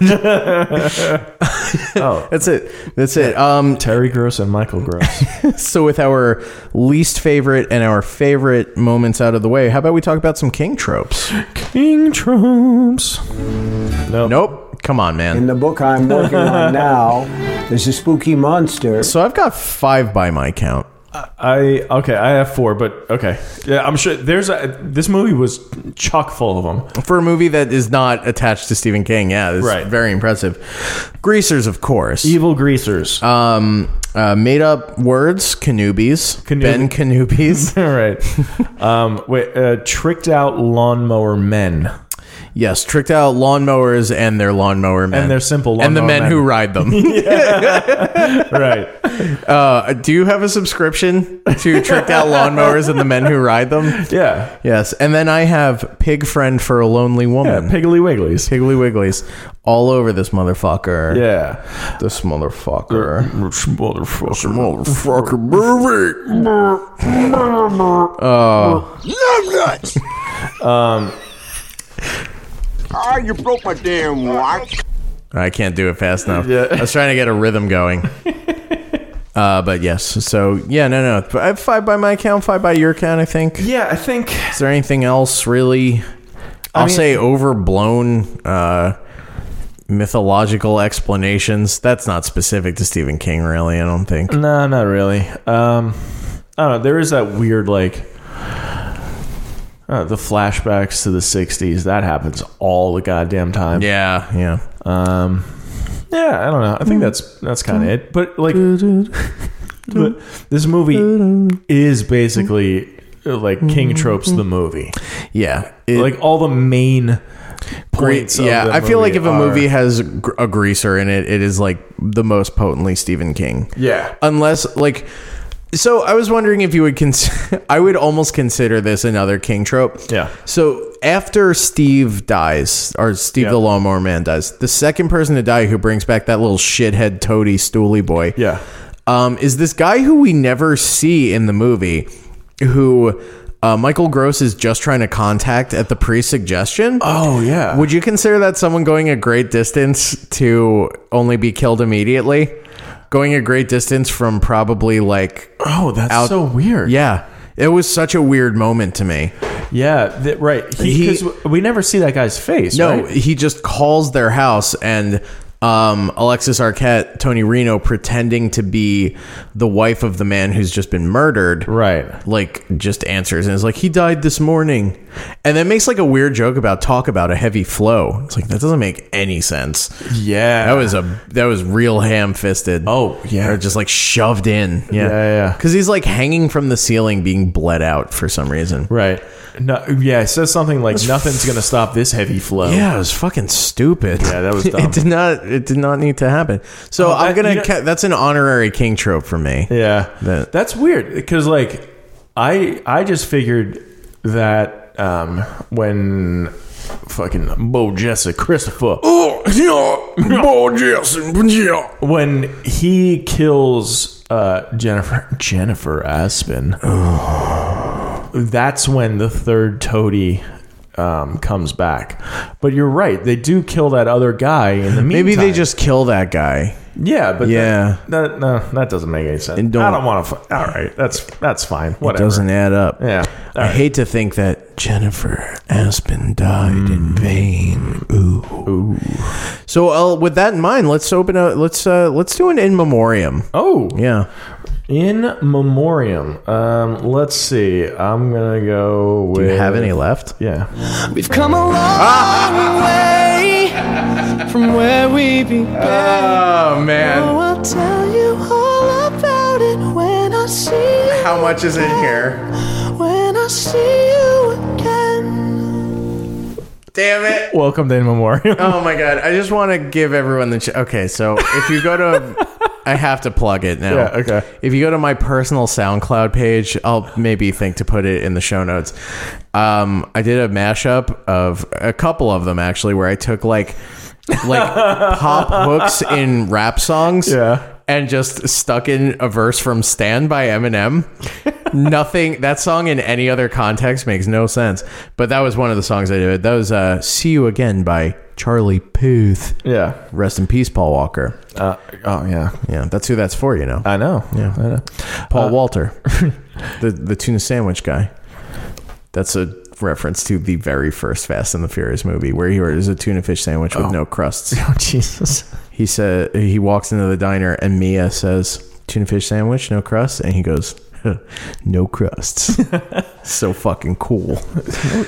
Oh, That's it. That's it. Um, Terry Gross and Michael Gross. so, with our least favorite and our favorite moments out of the way, how about we talk about some king tropes? King Trumps. Nope. Nope. Come on, man. In the book I'm working on now, there's a spooky monster. So, I've got five by my count. I okay. I have four, but okay. Yeah, I'm sure there's a. This movie was chock full of them. for a movie that is not attached to Stephen King. Yeah, this Right. is very impressive. Greasers, of course. Evil greasers. Um, uh, made up words, Canoobies, Canoe- Ben Canoobies. All right. um, wait. Uh, tricked out lawnmower men. yes, tricked out lawnmowers and their lawnmower men, their simple and the lawnmower men, men. who ride them. Right. uh, do you have a subscription to tricked out lawnmowers and the men who ride them? yeah. Yes, and then I have pig friend for a lonely Yeah. woman. Piggly Wigglies. Piggly Wigglies all over this motherfucker. Yeah. This motherfucker. Motherfucker. Motherfucker movie. Oh, nuts! um. Ah, you broke my damn watch. I can't do it fast enough. Yeah. I was trying to get a rhythm going. Uh, but yes, so yeah, no, no. I have five by my count, five by your count. I think. Yeah, I think. Is there anything else really? I'll mean- say overblown uh, mythological explanations. That's not specific to Stephen King, really. I don't think. No, not really. Um, I don't know. There is that weird like uh, the flashbacks to the '60s. That happens all the goddamn time. Yeah, yeah. Um, yeah, I don't know. I think that's that's kind of it. But like, but this movie is basically uh, like King Tropes the movie. Yeah. It- Like all the main points. of yeah, the I feel like if a are- movie has gr- a greaser in it, it is like the most potently Stephen King. yeah, Unless like so I was wondering if you would cons- I would almost consider this another King trope. Yeah. So after Steve dies or Steve Yeah. the lawnmower man dies, the second person to die who brings back that little shithead toady stoolie boy yeah, um, is this guy who we never see in the movie, who uh, Michael Gross is just trying to contact at the pre-suggestion. Oh, yeah. Would you consider that someone going a great distance to only be killed immediately? Going a great distance from probably like Oh, that's Out- so weird. yeah. It was such a weird moment to me. yeah, th- right. He, He- 'cause w- we never see that guy's face. No, right? he just calls their house and um, Alexis Arquette, Tony Reno, pretending to be the wife of the man who's just been murdered. Right. Like, just answers and is like, he died this morning. And then makes like a weird joke about talk about a heavy flow. It's like, that doesn't make any sense. Yeah. That was a that was real ham fisted. Oh, yeah. or just like shoved in. Yeah, Yeah, yeah, yeah. Because he's like hanging from the ceiling, being bled out for some reason. right. No, yeah, it says something like nothing's gonna stop this heavy flow. Yeah, it was fucking stupid. Yeah, that was dumb. it did not it did not need to happen. So Oh, I'm that- gonna you know- ca- that's an honorary king trope for me. Yeah, That- that's weird because like I I just figured that um, when fucking Bo Jessa Christopher Oh, when he kills uh, Jennifer Jennifer Aspen, that's when the third toady. Um, comes back, but you're right. They do kill that other guy in the meantime. Maybe they just kill that guy. Yeah, but Yeah. that, that- no, that doesn't make any sense. It don't- I don't want to. All right, that's that's fine. Whatever. It doesn't add up. Yeah. I hate to think that Jennifer Aspen died in vain. Mm. Ooh. So uh, with that in mind, let's open up. Let's uh, let's do an in memoriam. Oh, Yeah. in memoriam. Um, let's see. I'm gonna go with. Do you have any left? Yeah. We've come a long way from where we began. Oh man, I'll tell you all about it when I see you. how much is in here? When I see you again. Damn it. Welcome to in memoriam. Oh my god! I just want to give everyone the ch- okay. So if you go to I have to plug it now. Yeah, okay. If you go to my personal SoundCloud page, I'll maybe think to put it in the show notes. Um, I did a mashup of a couple of them actually, where I took like like pop hooks in rap songs. Yeah. And just stuck in a verse from Stand by Eminem. Nothing, that song in any other context makes no sense. But that was one of the songs I did. That was uh, See You Again by Charlie Puth. Yeah. Rest in peace, Paul Walker. Uh, oh yeah. Yeah, that's who that's for, you know. I know. Yeah. I know. Uh, Paul Walter, the the tuna sandwich guy. That's a reference to the very first Fast and the Furious movie where he orders a tuna fish sandwich with no crusts. Oh Jesus. He said he walks into the diner and Mia says, "Tuna fish sandwich, no crust," and he goes, "Huh, "No crusts." so fucking cool.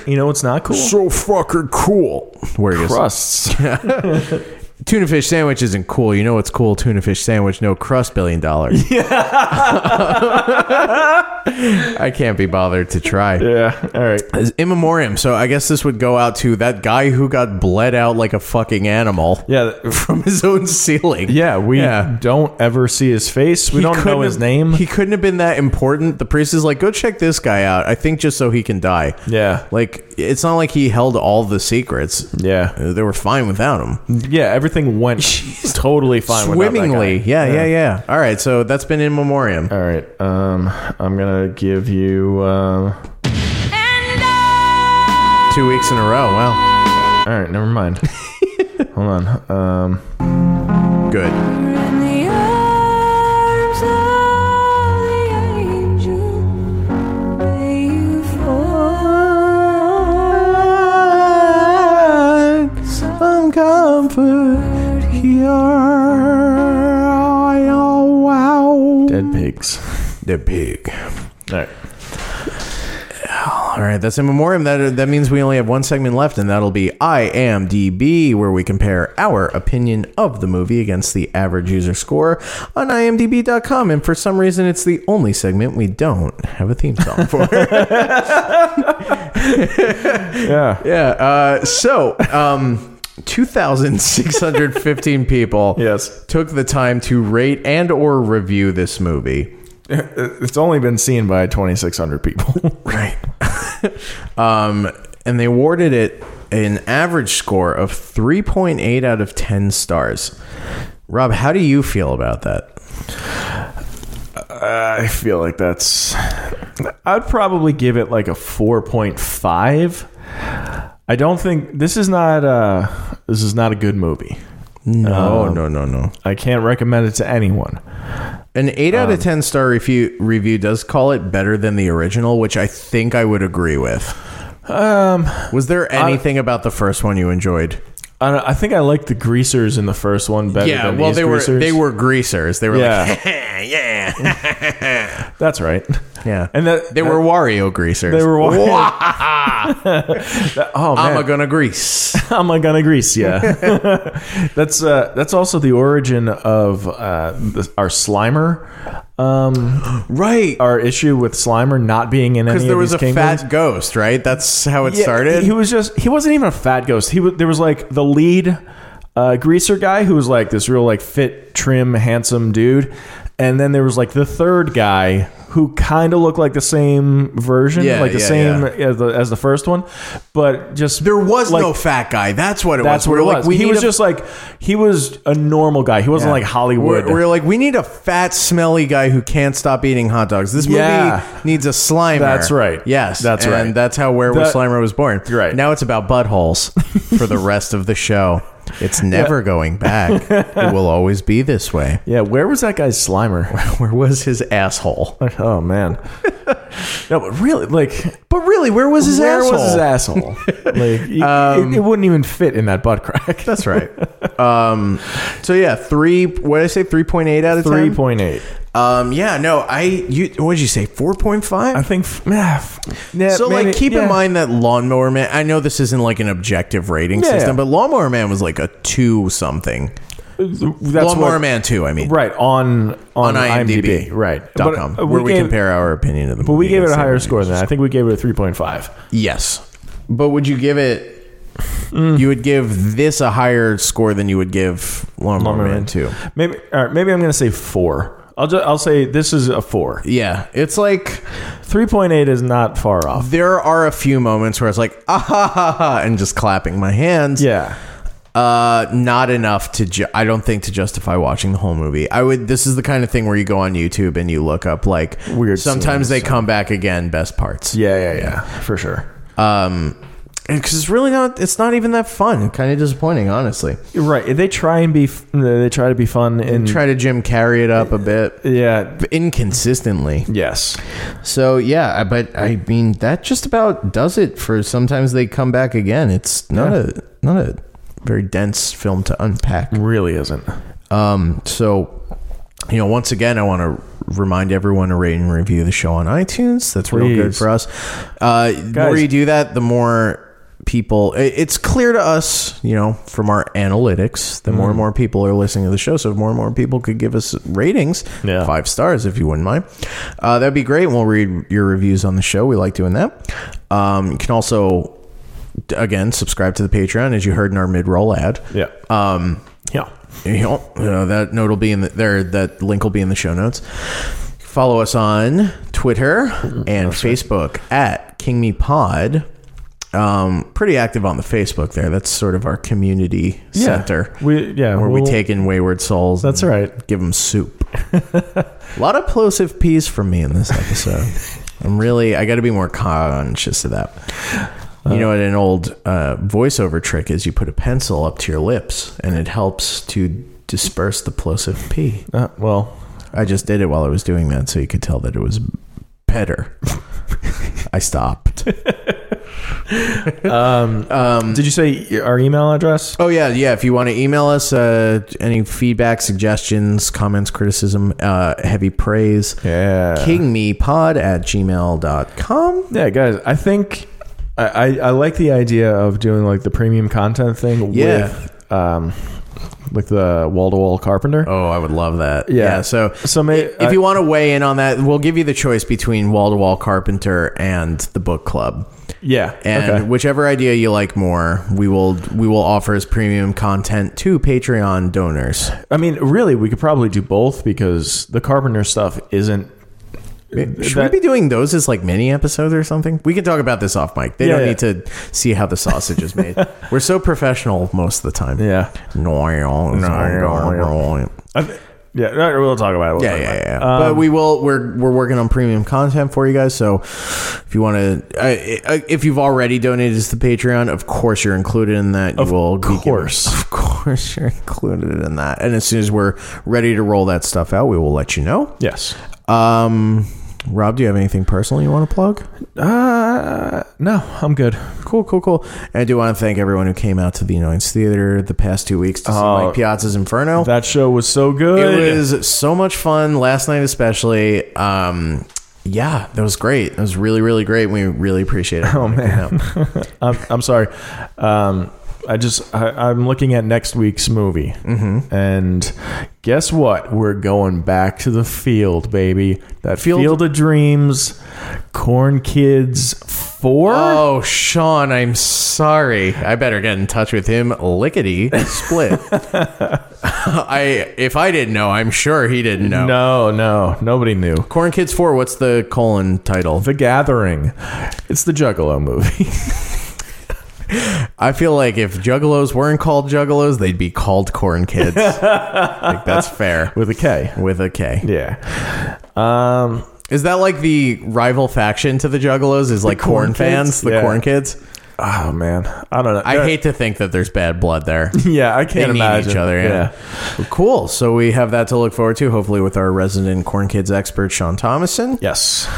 You know what's not cool? So fucking cool. Where he goes, Crusts. tuna fish sandwich isn't cool. You know what's cool? Tuna fish sandwich, no crust, billion dollars. Yeah. I can't be bothered to try. yeah. All right. Is In memoriam, so I guess this would go out to that guy who got bled out like a fucking animal Yeah. from his own ceiling. Yeah, we Yeah. don't ever see his face. We He don't know couldn't his have- name. He couldn't have been that important. The priest is like, go check this guy out. I think just so he can die. Yeah. Like, it's not like he held all the secrets. yeah. Uh, They were fine without him. Yeah, everything went totally fine without that guy. Swimmingly. Yeah, yeah, yeah, All right, so that's been in memoriam. All right. Um I'm going to give you um Two weeks in a row. Wow. All right, never mind. Hold on. Um Good. Some comfort here. Oh, wow. Dead Pigs. The pig. All right. All right, that's in memoriam. That that means we only have one segment left, and that'll be IMDb, where we compare our opinion of the movie against the average user score on IMDb.com. And for some reason, it's the only segment we don't have a theme song for. Yeah. yeah. Uh, so, um, two thousand six hundred fifteen people. Yes. took the time to rate and or review this movie. It's only been seen by 2600 people. Right. um, and they awarded it an average score of 3.8 out of 10 stars. Rob, how do you feel about that? I feel like that's. I'd probably give it like a 4.5. I don't think this is not uh this is not a good movie. Oh, No, no, no, no. I can't recommend it to anyone. An 8 out Um, of 10 star review, review does call it better than the original, which I think I would agree with. Um, was there anything about the first one you enjoyed? I, don't- I think I liked the greasers in the first one better. than well, these they were greasers. they were greasers. They were Yeah. like, yeah, That's right. yeah, And that- they were Wario greasers. They were. Wah, oh man, I'm gonna grease. I'm a gonna grease. Yeah, that's uh, that's also the origin of uh, the, our Slimer. Um, Right. our issue with Slimer not being in any Because there of was these a kingdoms. fat ghost, right? That's how it Yeah, started. He was just he wasn't even a fat ghost. He was there was like the lead uh, greaser guy who was like this real like fit, trim, handsome dude, and then there was like the third guy who kind of looked like the same version, Yeah, like the yeah, same yeah. as, the, as the first one, but just there was like, no fat guy. That's what it That's was. what We it were was. Like, we he need was a- just like he was a normal guy. He wasn't like Hollywood. We're, we're like, we need a fat, smelly guy who can't stop eating hot dogs. This Yeah. movie needs a Slimer. That's right. Yes. That's and right. that's how Where Was That- Slimer was born. Right. Now it's about buttholes for the rest of the show. It's never going back. it will always be this way. yeah, where was that guy's Slimer? Where was his asshole? oh man, no, but really, like But really, where was his where asshole? was his asshole? Um, like you- it, it wouldn't even fit in that butt crack. That's right. um, so yeah, three. What did I say? Three point eight out of Three ten. point eight. Um, yeah, no, I you. What did you say? Four point I five. think. f- Yeah, f- yeah, So maybe- like, keep yeah. in mind that Lawnmower Man. I know this isn't like an objective rating Yeah, system, but yeah. Lawnmower Man was like a two something. That's Lawnmower what- Man two. I mean, Right on on on, IMDb, Right. Dot But, com, uh, where we gave- compare our opinion of the. But we gave it a higher score score than that. I think we gave it a three point five. Yes, but would you give it? Mm. You would give this a higher score than you would give Lawnmower Man 2. Maybe all right, maybe I'm gonna say four. I'll just, I'll say this is a four. Yeah, it's like Three point eight is not far off. there are a few moments where it's like ah ha ha ha and just clapping my hands. Yeah. Uh, not enough to ju- I don't think to justify watching the whole movie. I would. This is the kind of thing where you go on YouTube and you look up like Weird Sometimes scenes, they come back again. Best parts. Yeah, yeah, yeah. For sure. Um, because it's really not. It's not even that fun. Kind of disappointing, honestly. You're right. They try and be f- they try to be fun and Try to Jim carry it up a bit yeah. inconsistently. Yes. So yeah, I- but I mean that just about does it for. Sometimes they come back again. It's not a not a very dense film to unpack. Really isn't. Um, so, you know, once again, I want to remind everyone to rate and review the show on iTunes. That's real good Please. for us. Uh, the more Guys. you do that, the more people. i- It's clear to us, you know, from our analytics, the Mm. more and more people are listening to the show. So, if more and more people could give us ratings, Yeah. five stars if you wouldn't mind, uh, that'd be great. We'll read your reviews on the show. We like doing that. Um, you can also. Again, subscribe to the Patreon as you heard in our mid-roll ad Yeah. Um yeah. you know, uh, that note will be in the, there. That link will be in the show notes. Follow us on Twitter and Facebook at King Me Pod. Um, pretty active on the Facebook there. That's sort of our community center. We yeah, where we we'll- take in wayward souls. That's and right. Give them soup. A lot of plosive peas from me in this episode. I'm really. I got to be more conscious of that. You know what an old uh, voiceover trick is? You put a pencil up to your lips, and it helps to disperse the plosive pea. Uh, well, I just did it while I was doing that, so you could tell that it was better. I stopped. Mm. did you say our email address? Oh yeah, yeah. If you want to email us uh, any feedback, suggestions, comments, criticism, uh, heavy praise, Yeah. kingmepod at gmail.com. Yeah, guys, I think I, I, I like the idea of doing like the premium content thing Yeah. with um like the wall to wall carpenter. Oh, I would love that. Yeah. so So may- if you want to weigh in on that, we'll give you the choice between wall to wall carpenter and the book club. Yeah. And okay. whichever idea you like more, we will we will offer as premium content to Patreon donors. I mean, really, we could probably do both because the carpenter stuff isn't. Should that- we be doing those as like mini episodes or something? We can talk about this off mic. They Yeah, don't yeah. need to see how the sausage is made. We're so professional most of the time. Yeah. No, yeah, I- yeah. all right, We'll talk about it. We'll yeah, talk about it. Um, yeah. but we will. We're we're working on premium content for you guys. So if you want to, uh, if you've already donated to the Patreon, of course you're included in that. You of will be given- course. of course you're included in that. And as soon as we're ready to roll that stuff out, we will let you know. Yes. Um, Rob, do you have anything personal you want to plug? Uh, no, I'm good. Cool, cool, cool. And I do want to thank everyone who came out to the Annoyance Theater the past two weeks to see Oh. Mike Piazza's Inferno. That show was so good. it was so much fun last night, especially. Um, yeah, that was great. It was really, really great. We really appreciate it. Oh man, I'm, I'm sorry. Um, I just I, I'm looking at next week's movie, mm-hmm. and guess what? We're going back to the field, baby. That Field- field, of dreams, Corn Kids Four. oh Sean, I'm sorry. I better get in touch with him. Lickety split. I if I didn't know, I'm sure he didn't know. No, no, nobody knew. Corn Kids Four. What's the colon title? The Gathering. It's the Juggalo movie. I feel like if juggalos weren't called juggalos, they'd be called corn kids. I think that's fair. With a K. With a K. Yeah. Um, Is that like the rival faction to the juggalos? Is like corn, Corn Kids? fans, the Yeah. corn kids? oh, man. I don't know. I hate to think that there's bad blood there. Yeah, I They can't need imagine. each other. Yeah. Cool. So we have that to look forward to, hopefully, with our resident corn kids expert, Sean Thomason. Yes.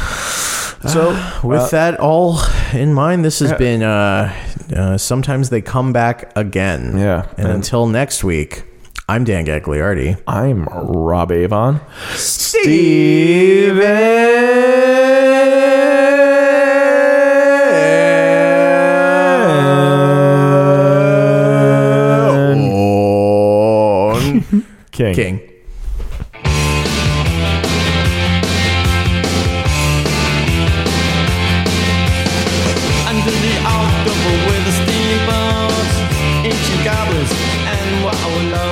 So, With uh, that all in mind, this has been uh, uh, Sometimes They Come Back Again. Yeah. And, And- until next week, I'm Dan Gagliardi. I'm Rob Avon. Steven Steven King. King. under the octopus with a steamboat. I will love